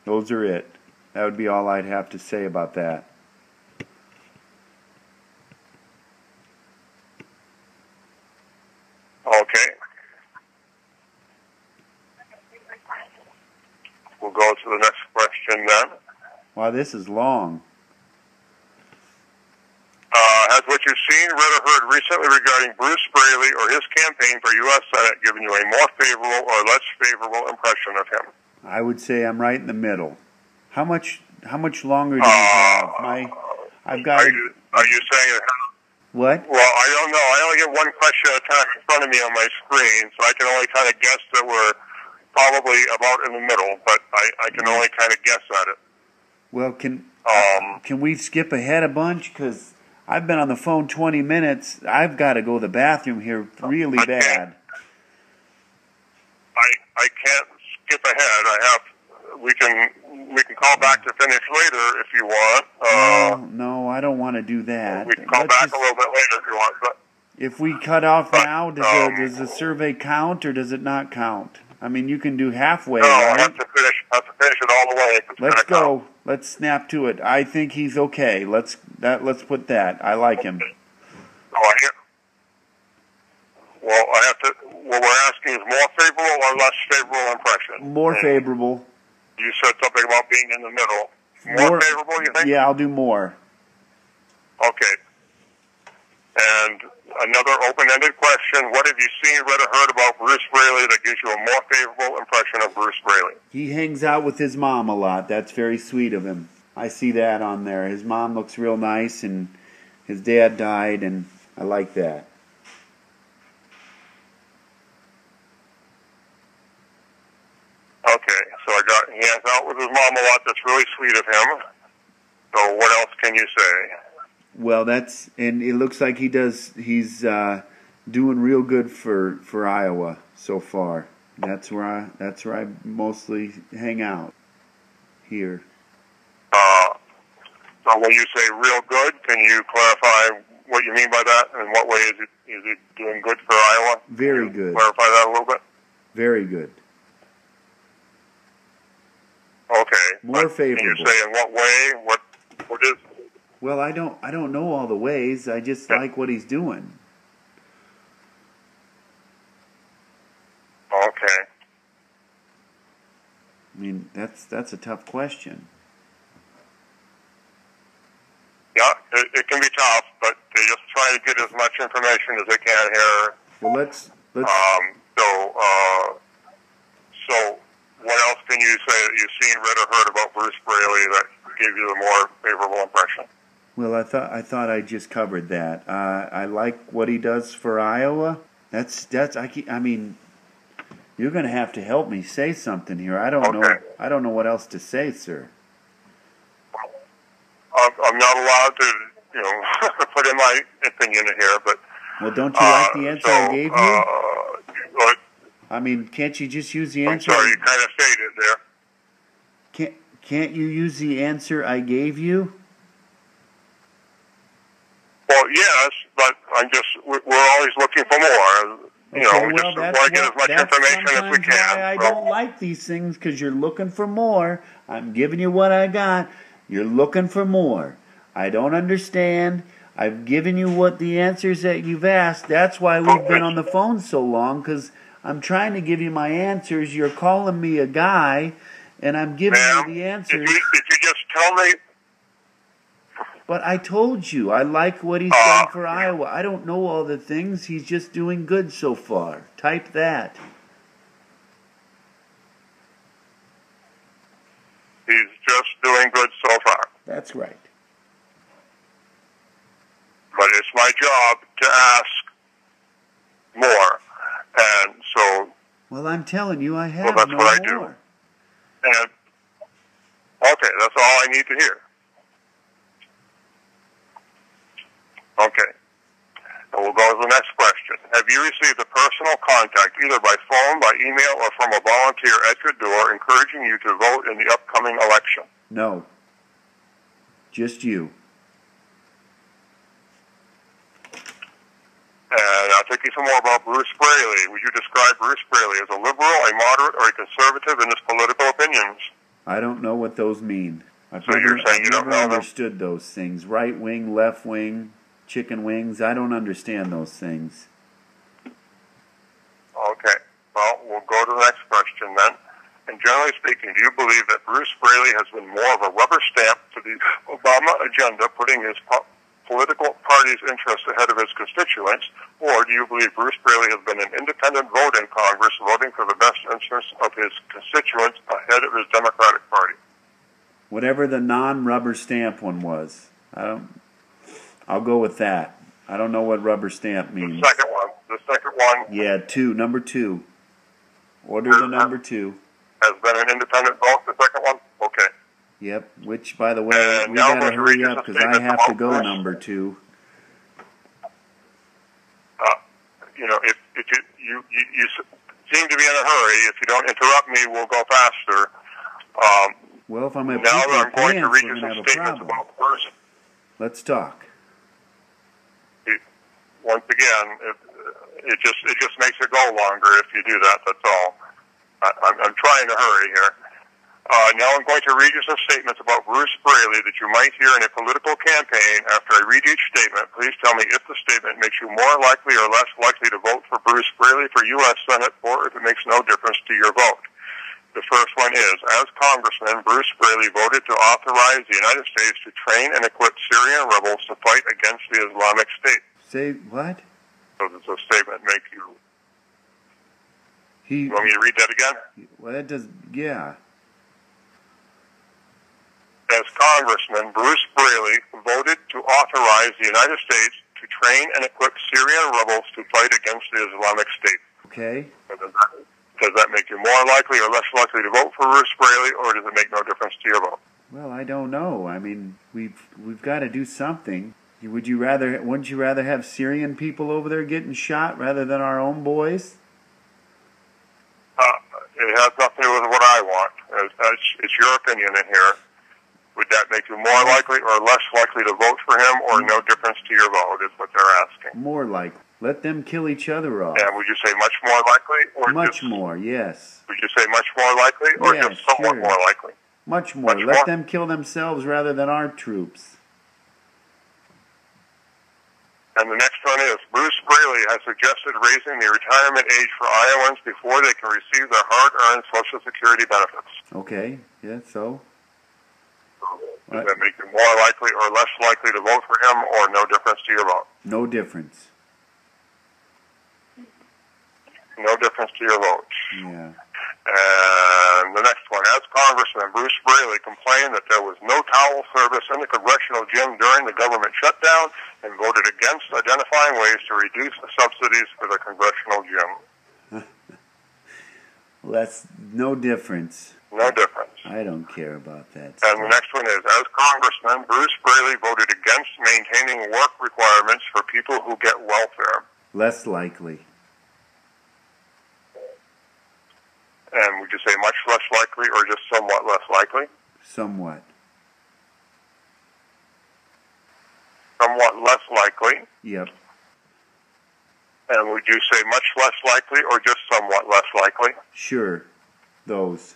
S16: Those are it. That would be all I'd have to say about that.
S17: Okay. We'll go to the next question then.
S16: Wow, this is long.
S17: Uh, has what you've seen, read, or heard recently regarding Bruce Braley or his campaign for U.S. Senate given you a more favorable or less favorable impression of him?
S16: I would say I'm right in the middle. How much? How much longer do you
S17: Ah.
S16: have? My, I've got.
S17: Uh, Are you saying it
S16: What?
S17: Well, I don't know. I only get one question at a time in front of me on my screen, so I can only kind of guess that we're probably about in the middle, but I, I can only kind of guess at it.
S16: Well, can
S17: Um,
S16: can we skip ahead a bunch? Because I've been on the phone 20 minutes. I've got to go to the bathroom here really bad.
S17: I, I can't skip ahead. I have, we can, we can call back to finish later if you want.
S16: No, no, I don't want to do that.
S17: Uh, We can call back a little bit later if you want, but
S16: If we cut off now, does,
S17: um,
S16: the, does the survey count or does it not count? I mean, you can do halfway,
S17: no, I
S16: right?
S17: have to finish, I have to finish it all the way. if it's
S16: Let's
S17: gonna count.
S16: go. Let's snap to it. I think he's okay. Let's that. Let's put that. I like him.
S17: Oh, I hear. Well, I have to, what we're asking is more favorable or less favorable impression?
S16: More
S17: And
S16: favorable.
S17: You said something about being in the middle. More, favorable, you think?
S16: Yeah, I'll do more.
S17: Okay. And another open-ended question, what have you seen, read, or heard about Bruce Braley that gives you a more favorable impression of Bruce Braley?
S16: He hangs out with his mom a lot. That's very sweet of him. I see that on there. His mom looks real nice, and his dad died, and I like that.
S17: Okay, so I got, he hangs out with his mom a lot, that's really sweet of him. So what else can you say?
S16: Well, that's and it looks like he does. He's uh, doing real good for for Iowa so far. That's where I that's where I mostly hang out here.
S17: Uh, so when you say real good, can you clarify what you mean by that? In what way is it, is it doing good for Iowa?
S16: Very good,
S17: Clarify that a little bit?
S16: very good.
S17: Okay.
S16: More
S17: Can you
S16: favorable.
S17: say in what way? What, what is,
S16: Well, I don't I don't know all the ways. I just like what he's doing.
S17: okay.
S16: I mean, that's that's a tough question.
S17: Yeah, it, it can be tough, but they just try to get as much information as they can here.
S16: Well, let's let's
S17: Um, so, uh, so what else can you say that you've seen, read, or heard about Bruce Braley that gave you a more favorable impression?
S16: Well, I thought I thought I just covered that. Uh, I like what he does for Iowa. That's that's I keep, I mean, you're going to have to help me say something here. I don't know I don't know what else to say, sir. Um,
S17: I'm, I'm not allowed to, you know, put in my opinion here, but uh,
S16: Well, don't you like the answer I gave you? I mean, can't you just use the answer?
S17: sorry, you kind of faded there.
S16: Can't can't you use the answer I gave you?
S17: Well, yes, but I'm just, we're we're always looking for more. You know,
S16: Okay,
S17: we
S16: well,
S17: just
S16: that's
S17: want to get as
S16: what-
S17: much
S16: that's
S17: information as we
S16: sometimes
S17: can.
S16: why I
S17: so-
S16: don't like these things because you're looking for more. I'm giving you what I got. You're looking for more. I don't understand. I've given you what the answers that you've asked. That's why we've been on the phone so long because I'm trying to give you my answers. You're calling me a guy, and I'm giving you the answers.
S17: If you just tell me,
S16: But I told you, I like what he's
S17: Uh,
S16: done for Iowa. I don't know all the things. He's just doing good so far. Type that. That's right.
S17: but it's my job to ask more. And so,
S16: Well, I'm telling you, I have
S17: well, that's
S16: no
S17: what I do.
S16: more.
S17: And okay, that's all I need to hear. Okay. And we'll go to the next question. Have you received a personal contact, either by phone, by email, or from a volunteer at your door, encouraging you to vote in the upcoming election?
S16: No. Just you.
S17: And I'll take you some more about Bruce Braley. Would you describe Bruce Braley as a liberal, a moderate, or a conservative in his political opinions?
S16: I don't know what those mean. I've
S17: So you're saying
S16: I've
S17: you don't
S16: never
S17: know them?
S16: understood those things. Right wing, left wing, chicken wings. I don't understand those things.
S17: Okay. Well, we'll go to the next question then. And generally speaking, do you believe that Bruce Braley has been more of a rubber stamp to the Obama agenda, putting his po- political party's interests ahead of his constituents, or do you believe Bruce Braley has been an independent vote in Congress, voting for the best interests of his constituents ahead of his Democratic Party?
S16: Whatever the non rubber stamp one was. I don't I'll go with that. I don't know what rubber stamp means.
S17: Second one. The second one
S16: Mm-hmm. Yeah, two, number two. Order the number two.
S17: has been an independent vote. The second one, okay.
S16: Yep. Which, by the way, we
S17: now
S16: gotta
S17: we're
S16: hurry
S17: reading
S16: up
S17: the
S16: because I
S17: statement
S16: have to
S17: about
S16: go
S17: Bruce.
S16: number two.
S17: Uh, You know, if, if you, you, you, you s- seem to be in a hurry, if you don't interrupt me, we'll go faster. Um,
S16: Well, if I'm
S17: now
S16: gonna poop my
S17: that I'm going
S16: pants,
S17: to read
S16: we're gonna
S17: you some
S16: have a
S17: statements
S16: problem.
S17: about Bruce,
S16: Let's talk.
S17: once again, it, it just it just makes it go longer if you do that. That's all. I, I'm, I'm trying to hurry here. Uh, now I'm going to read you some statements about Bruce Braley that you might hear in a political campaign. After I read each statement, please tell me if the statement makes you more likely or less likely to vote for Bruce Braley for U.S. Senate or if it makes no difference to your vote. The first one is, as Congressman, Bruce Braley voted to authorize the United States to train and equip Syrian rebels to fight against the Islamic State.
S16: Say what?
S17: So does the statement make you?
S16: He
S17: You want me to read that again?
S16: well that does yeah.
S17: As Congressman, Bruce Braley voted to authorize the United States to train and equip Syrian rebels to fight against the Islamic State.
S16: Okay.
S17: So Does that, does that make you more likely or less likely to vote for Bruce Braley, or does it make no difference to your vote?
S16: Well, I don't know. I mean, we've we've got to do something. You- Would you rather? Wouldn't you rather have Syrian people over there getting shot rather than our own boys?
S17: Uh, it has nothing to do with what I want. It's, it's, it's your opinion in here. Would that make you more likely or less likely to vote for him, or no difference to your vote? Is what they're asking.
S16: More like let them kill each other off.
S17: And would you say much more likely, or
S16: Much more, yes,
S17: Would you say much more likely, or
S16: Yeah,
S17: just somewhat
S16: sure.
S17: more likely?
S16: much more.
S17: Much
S16: let
S17: more.
S16: them kill themselves rather than our troops.
S17: And the next one is Bruce Braley has suggested raising the retirement age for Iowans before they can receive their hard-earned Social Security benefits.
S16: Okay, yeah. So
S17: Does
S16: Right.
S17: that make you more likely or less likely to vote for him, or no difference to your vote?
S16: no difference.
S17: No difference to your vote.
S16: Yeah.
S17: And the next one, as Congressman Bruce Braley complained that there was no towel service in the congressional gym during the government shutdown and voted against identifying ways to reduce the subsidies for the congressional gym.
S16: Well, that's no difference.
S17: No difference.
S16: I don't care about that.
S17: And the next one is, as Congressman, Bruce Braley voted against maintaining work requirements for people who get welfare.
S16: Less likely.
S17: And would you say much less likely or just somewhat less likely?
S16: Somewhat.
S17: Somewhat less likely.
S16: Yep.
S17: And would you say much less likely or just somewhat less likely?
S16: Sure. Those.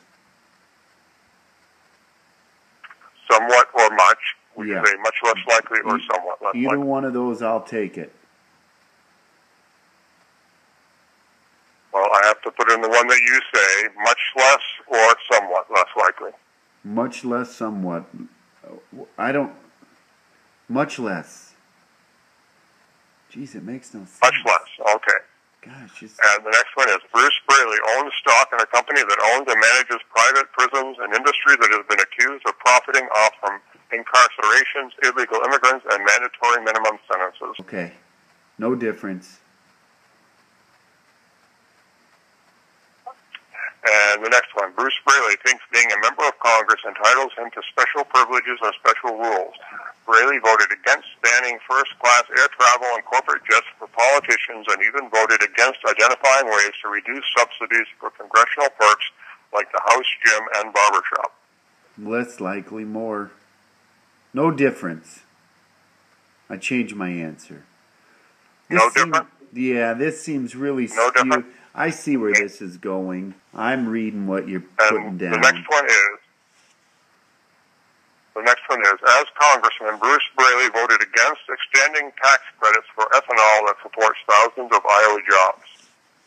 S17: Somewhat or much? Would
S16: Yeah.
S17: you say much less likely or somewhat less
S16: Either
S17: likely?
S16: one of those, I'll take it.
S17: Well, I have to put in the one that you say, much less or somewhat less likely.
S16: Much less, somewhat. I don't. Much less. Jeez, it makes no sense.
S17: Much less. Okay.
S16: Gosh, it's,
S17: And the next one is Bruce Braley owns stock in a company that owns and manages private prisons, an industry that has been accused of profiting off from incarceration. deportations, illegal immigrants, and mandatory minimum sentences.
S16: Okay. No difference.
S17: And the next one, Bruce Braley thinks being a member of Congress entitles him to special privileges and special rules. Braley voted against banning first-class air travel and corporate jets for politicians and even voted against identifying ways to reduce subsidies for congressional perks like the house gym and barbershop.
S16: Less likely more. No difference. I change my answer.
S17: No
S16: seem- yeah, this seems really no
S17: different?
S16: I see where this is going. I'm reading what you're putting down.
S17: The next one is. The next one is, as Congressman Bruce Braley voted against extending tax credits for ethanol that supports thousands of Iowa jobs.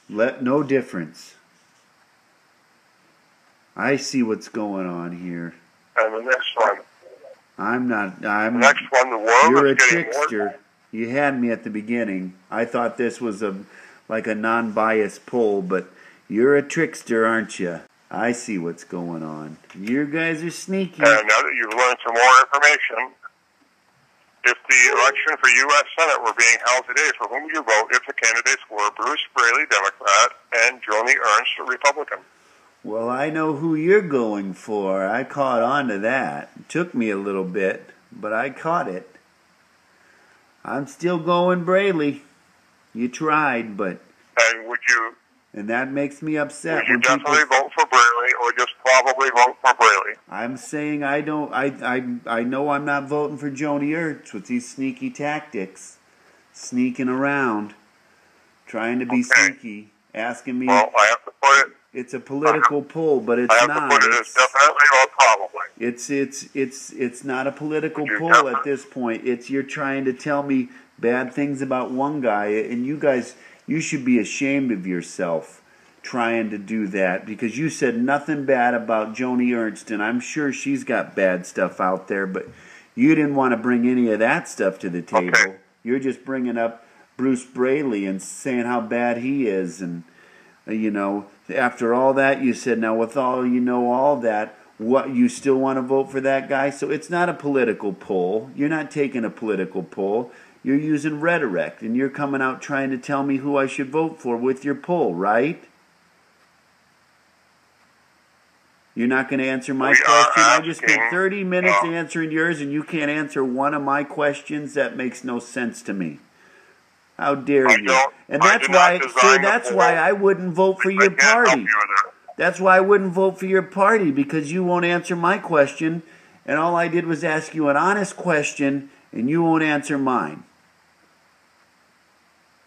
S16: Let no difference. I see what's going on here.
S17: And the next one,
S16: I'm not. I'm.
S17: next one, the world
S16: You're a
S17: is getting more-
S16: trickster. You had me at the beginning. I thought this was a like a non-biased poll, but you're a trickster, aren't you? I see what's going on. You guys are sneaky.
S17: and now that you've learned some more information, if the election for U.S. Senate were being held today, for whom would you vote if the candidates were Bruce Braley, Democrat, and Joni Ernst, Republican?
S16: Well, I know who you're going for. I caught on to that. It took me a little bit, but I caught it. I'm still going Braley. You tried, but
S17: And would you
S16: and that makes me upset.
S17: would you
S16: when people
S17: definitely vote for Braley or just probably vote for Braley?
S16: I'm saying I don't. I I I know I'm not voting for Joni Ernst with these sneaky tactics, sneaking around, trying to be sneaky, asking me.
S17: Well, I have to put it.
S16: It's a political poll, but it's
S17: I have
S16: not.
S17: to put it as
S16: It's-
S17: definitely or probably.
S16: It's it's it's it's not a political
S17: You're
S16: poll
S17: definite.
S16: at this point. It's you're trying to tell me bad things about one guy, and you guys you should be ashamed of yourself trying to do that because you said nothing bad about Joni Ernst, and I'm sure she's got bad stuff out there, but you didn't want to bring any of that stuff to the table. You're just bringing up Bruce Braley and saying how bad he is and Uh, you know after all that you said now with all you know all that what you still want to vote for that guy so it's not a political poll you're not taking a political poll you're using rhetoric and you're coming out trying to tell me who I should vote for with your poll right you're not going to answer my
S17: We are
S16: question I just spent
S17: asking-
S16: 30 minutes
S17: No.
S16: answering yours and you can't answer one of my questions that makes no sense to me how dare
S17: I
S16: you?
S17: don't-
S16: And
S17: I
S16: that's
S17: do not
S16: why.
S17: design
S16: See,
S17: the
S16: that's
S17: poll.
S16: why I wouldn't vote for your party. That's why I wouldn't vote for your party because you won't answer my question, and all I did was ask you an honest question, and you won't answer mine.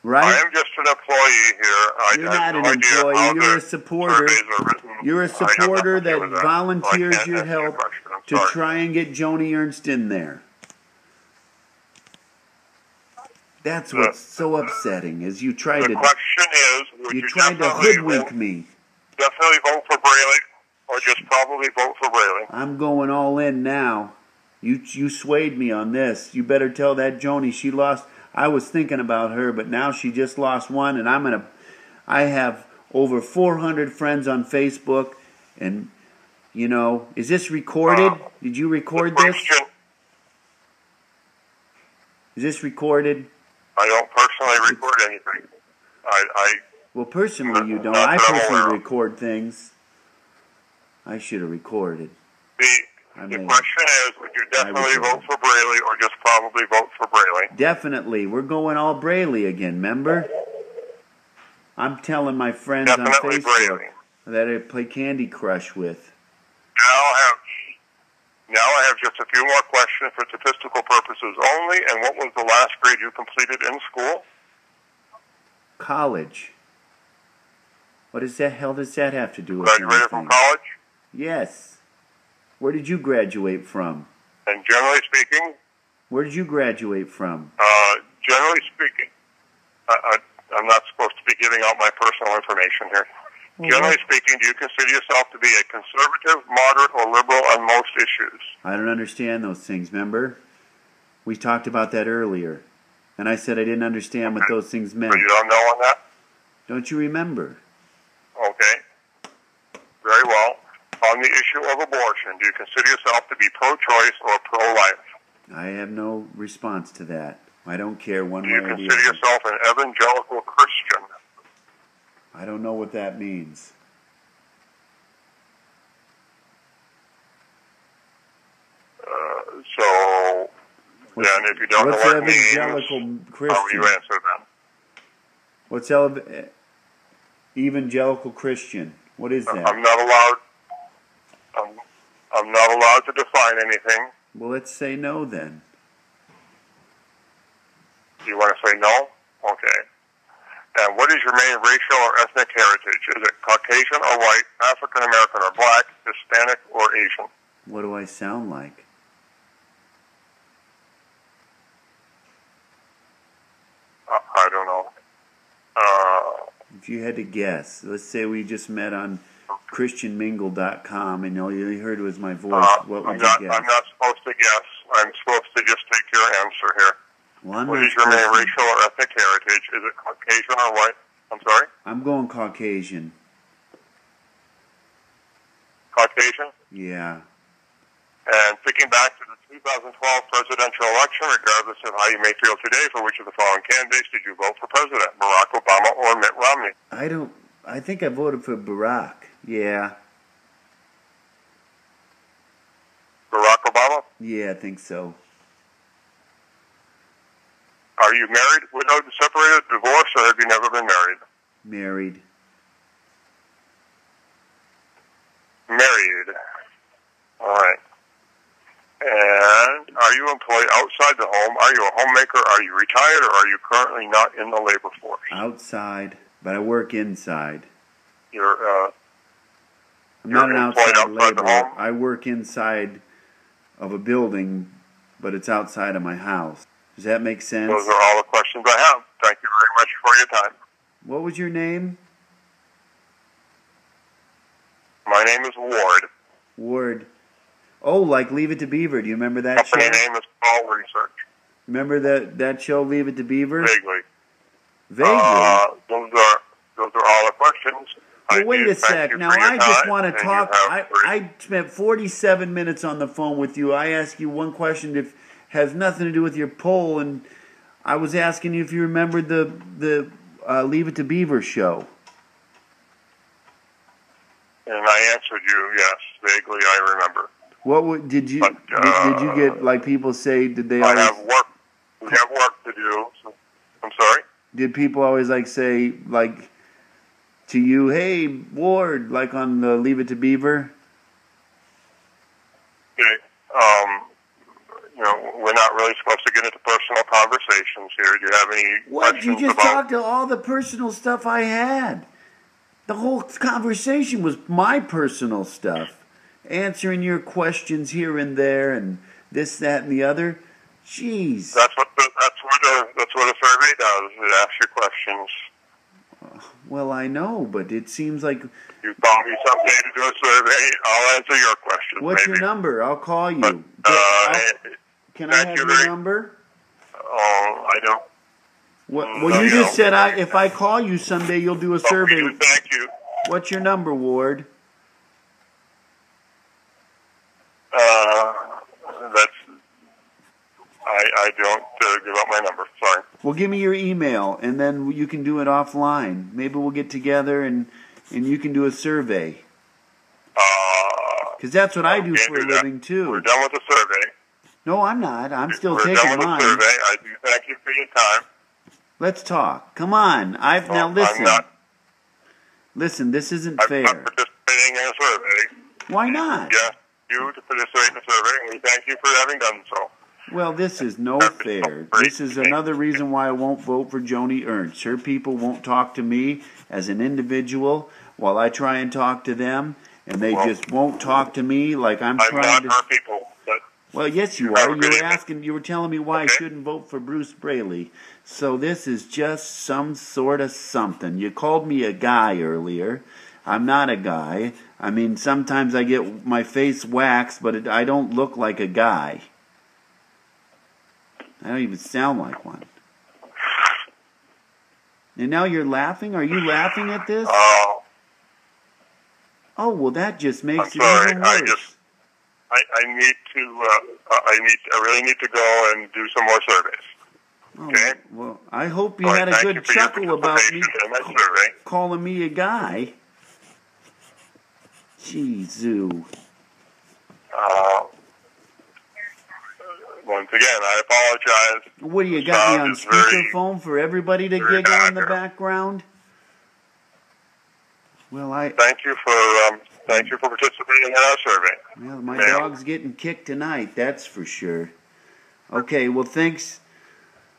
S17: I
S16: Right?
S17: am just an employee here. I,
S16: You're
S17: I
S16: not
S17: have
S16: an
S17: no idea
S16: employee.
S17: how
S16: You're a
S17: the
S16: supporter.
S17: surveys are written.
S16: You're a
S17: I have nothing
S16: supporter
S17: to do
S16: that
S17: with so I
S16: volunteers
S17: can't
S16: your
S17: answer
S16: help
S17: question. I'm
S16: to
S17: sorry.
S16: try and get Joni Ernst in there. That's what's so upsetting is you tried
S17: The
S16: to
S17: question is, would you,
S16: you tried to
S17: definitely
S16: hoodwink
S17: vote-
S16: me.
S17: definitely vote for Braley or just probably vote for Braley?
S16: I'm going all in now. You you swayed me on this. You better tell that Joni she lost. I was thinking about her, but now she just lost one, and I'm gonna. I have over 400 friends on Facebook, and you know, is this recorded? Did you record this? Is this recorded?
S17: I don't personally record anything. I, I
S16: Well, personally, you don't. I personally record things. I should have recorded.
S17: the
S16: I
S17: the
S16: may have.
S17: question is, would you definitely
S16: recorded.
S17: vote for Braley or just probably vote for Braley?
S16: Definitely. We're going all Braley again, member? I'm telling my friends
S17: Definitely
S16: on Facebook
S17: Braley.
S16: that I play Candy Crush with.
S17: Now I have now I have just a few more questions for statistical purposes only. And what was the last grade you completed in school?
S16: College. What does that hell does that have to do with
S17: Graduated from
S16: anything?
S17: college.
S16: Yes. Where did you graduate from?
S17: And generally speaking,
S16: Where did you graduate from?
S17: uh, generally speaking, I, I, I'm not supposed to be giving out my personal information here. Generally speaking, do you consider yourself to be a conservative, moderate, or liberal on most issues?
S16: I don't understand those things, member. We talked about that earlier. And I said I didn't understand what those things meant.
S17: But you don't know on that?
S16: Don't you remember?
S17: Okay. Very well. On the issue of abortion, do you consider yourself to be pro-choice or pro-life?
S16: I have no response to that. I don't care one
S17: Do
S16: way
S17: you
S16: or the
S17: consider
S16: other.
S17: yourself an evangelical Christian?
S16: I don't know what that means.
S17: Uh, so then, if you don't know
S16: what's
S17: what it means,
S16: evangelical
S17: how will
S16: Christian?
S17: you answer that?
S16: What's ele- eh, evangelical Christian? What is that?
S17: I'm not allowed. I'm, I'm not allowed to define anything.
S16: Well, let's say no then.
S17: You want to say no? Okay. And what is your main racial or ethnic heritage? Is it Caucasian or white, African American or black, Hispanic or Asian?
S16: What do I sound like?
S17: Uh, I don't know. Uh,
S16: If you had to guess, let's say we just met on ChristianMingle.com and all you heard was my voice.
S17: uh,
S16: what would
S17: I'm
S16: you
S17: not.
S16: guess?
S17: I'm not supposed to guess. I'm supposed to just take your answer here.
S16: Well, I'm
S17: What
S16: not
S17: is your main
S16: supposed to-
S17: racial or ethnic heritage? Is it Caucasian or white? I'm sorry,
S16: I'm going Caucasian.
S17: Caucasian.
S16: Yeah.
S17: And thinking back to the 2012 presidential election, regardless of how you may feel today, for which of the following candidates did you vote for president? Barack Obama or Mitt Romney?
S16: I don't. I think I voted for Barack. Yeah.
S17: Barack Obama?
S16: Yeah, I think so.
S17: Are you married, widowed, separated, divorced, or have you never been married?
S16: Married.
S17: Married. All right. And are you employed outside the home? Are you a homemaker? Are you retired, or are you currently not in the labor force?
S16: Outside, but I work inside.
S17: You're uh,
S16: I'm not an
S17: You're employed
S16: outside
S17: outside the
S16: laborer.
S17: home?
S16: I work inside of a building, but it's outside of my house. Does that make sense?
S17: those are all the questions I have. Thank you very much for your time.
S16: What was your name?
S17: My name is Ward.
S16: Ward. Oh, like Leave It to Beaver. Do you remember that
S17: Company
S16: show?
S17: name is Paul Research.
S16: Remember that that show, Leave It to Beaver?
S17: Vaguely.
S16: Vaguely.
S17: Uh, those are those are all the questions.
S16: Well, wait
S17: do
S16: a
S17: thank
S16: sec.
S17: you
S16: Now
S17: for your
S16: I just
S17: time,
S16: want
S17: and
S16: to
S17: you
S16: talk.
S17: have
S16: I, I spent 47 minutes on the phone with you. I asked you one question that has nothing to do with your poll, and I was asking you if you remembered the the uh, Leave It to Beaver show.
S17: And I answered you, yes, vaguely I remember.
S16: What would, did you did, did you get? Like people say, did they
S17: uh, I
S16: always
S17: have work. We have work to do. So, I'm sorry.
S16: did people always like say like to you, hey Ward, like on the Leave It to Beaver?
S17: Okay. Um, you know, we're not really supposed to get into personal conversations here. Do you have any
S16: What you
S17: questions
S16: just
S17: about?
S16: talked to all the personal stuff I had. The whole conversation was my personal stuff, answering your questions here and there, and this, that, and the other. Jeez.
S17: That's what the, that's what a that's what a survey does. It asks you questions.
S16: Well, I know, but it seems like
S17: You call me someday to do a survey. I'll answer your questions.
S16: what's
S17: maybe.
S16: your number? I'll call you.
S17: Uh,
S16: Can I have your number?
S17: Oh, I don't.
S16: What?
S17: Mm,
S16: Well, you
S17: no.
S16: just said I if I call you someday, you'll do a survey.
S17: Thank you.
S16: What's your number, Ward?
S17: Uh, that's. I I don't uh, give out my number. Sorry.
S16: Well, give me your email, and then you can do it offline. Maybe we'll get together and and you can do a survey. Because that's what I do for a living too.
S17: Uh, We're done with the survey.
S16: No, I'm not. I'm still
S17: We're
S16: taking
S17: done with the
S16: mine.
S17: survey. I do thank you for your time.
S16: Let's talk. Come on. I've
S17: Well,
S16: now
S17: I'm
S16: listen.
S17: not-
S16: Listen, this isn't fair.
S17: Participating in a survey.
S16: Why not?
S17: Yeah, you to participate in the survey, and we thank you for having done so.
S16: Well, this is no fair. This is another reason why I won't vote for Joni Ernst. Her people won't talk to me as an individual while I try and talk to them, and they
S17: Well,
S16: just won't talk to me like I'm,
S17: I'm
S16: trying
S17: not
S16: to.
S17: her people, but
S16: Well, yes, you
S17: Have a
S16: are. You
S17: good
S16: were
S17: evening.
S16: asking. You were telling me why I shouldn't vote for Bruce Braley. So this is just some sort of something. You called me a guy earlier. I'm not a guy. I mean, sometimes I get my face waxed, but it, I don't look like a guy. I don't even sound like one. And now you're laughing. Are you laughing at this?
S17: Oh,
S16: Oh well, that just makes it
S17: sorry.
S16: even
S17: I
S16: worse.
S17: just I, I need to, uh, I need, I really need to go and do some more surveys.
S16: Oh, well, I hope you
S17: All right,
S16: had a
S17: thank you
S16: good
S17: for your
S16: chuckle about me
S17: participation in that survey.
S16: calling me a guy. Jeezoo.
S17: Uh, once again, I apologize.
S16: What do you got me
S17: Sound
S16: on
S17: is very-
S16: speakerphone for everybody to
S17: very
S16: giggle in the
S17: dark.
S16: background? Well, I
S17: Thank you for, um, thank you for participating in our survey.
S16: well, my
S17: Ma'am.
S16: dog's getting kicked tonight. That's for sure. Okay, well, thanks.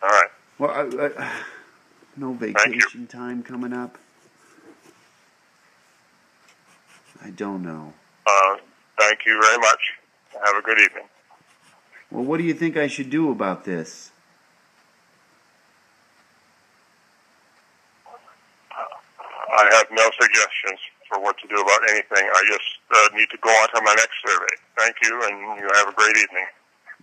S17: All right.
S16: Well, I, I, no vacation time coming up. I don't know.
S17: Uh, thank you very much. Have a good evening.
S16: Well, what do you think I should do about this?
S17: I have no suggestions for what to do about anything. I just uh, need to go on to my next survey. Thank you, and you have a great evening.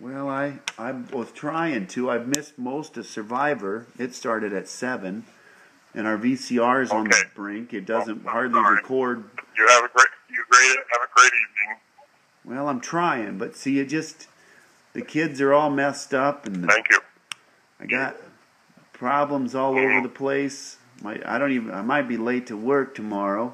S16: Well, I I was trying to. I've missed most of Survivor. It started at seven, and our VCR is on the brink. It doesn't hardly record.
S17: You have a great, you great, have a great evening.
S16: Well, I'm trying, but see, it just the kids are all messed up, and
S17: Thank you.
S16: I got problems all over the place. My I don't even. I might be late to work tomorrow.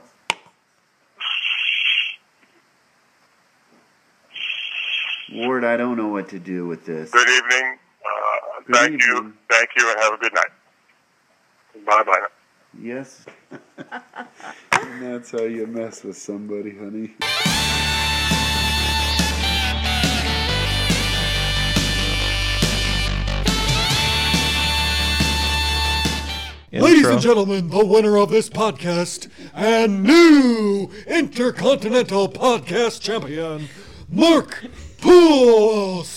S16: Ward, I don't know what to do with this.
S17: Good evening. Uh, thank you, thank you, and have a good night. Bye bye.
S16: Yes.
S14: and that's how you mess with somebody, honey.
S10: Ladies and gentlemen, the winner of this podcast and new Intercontinental Podcast Champion, Mark Poulos.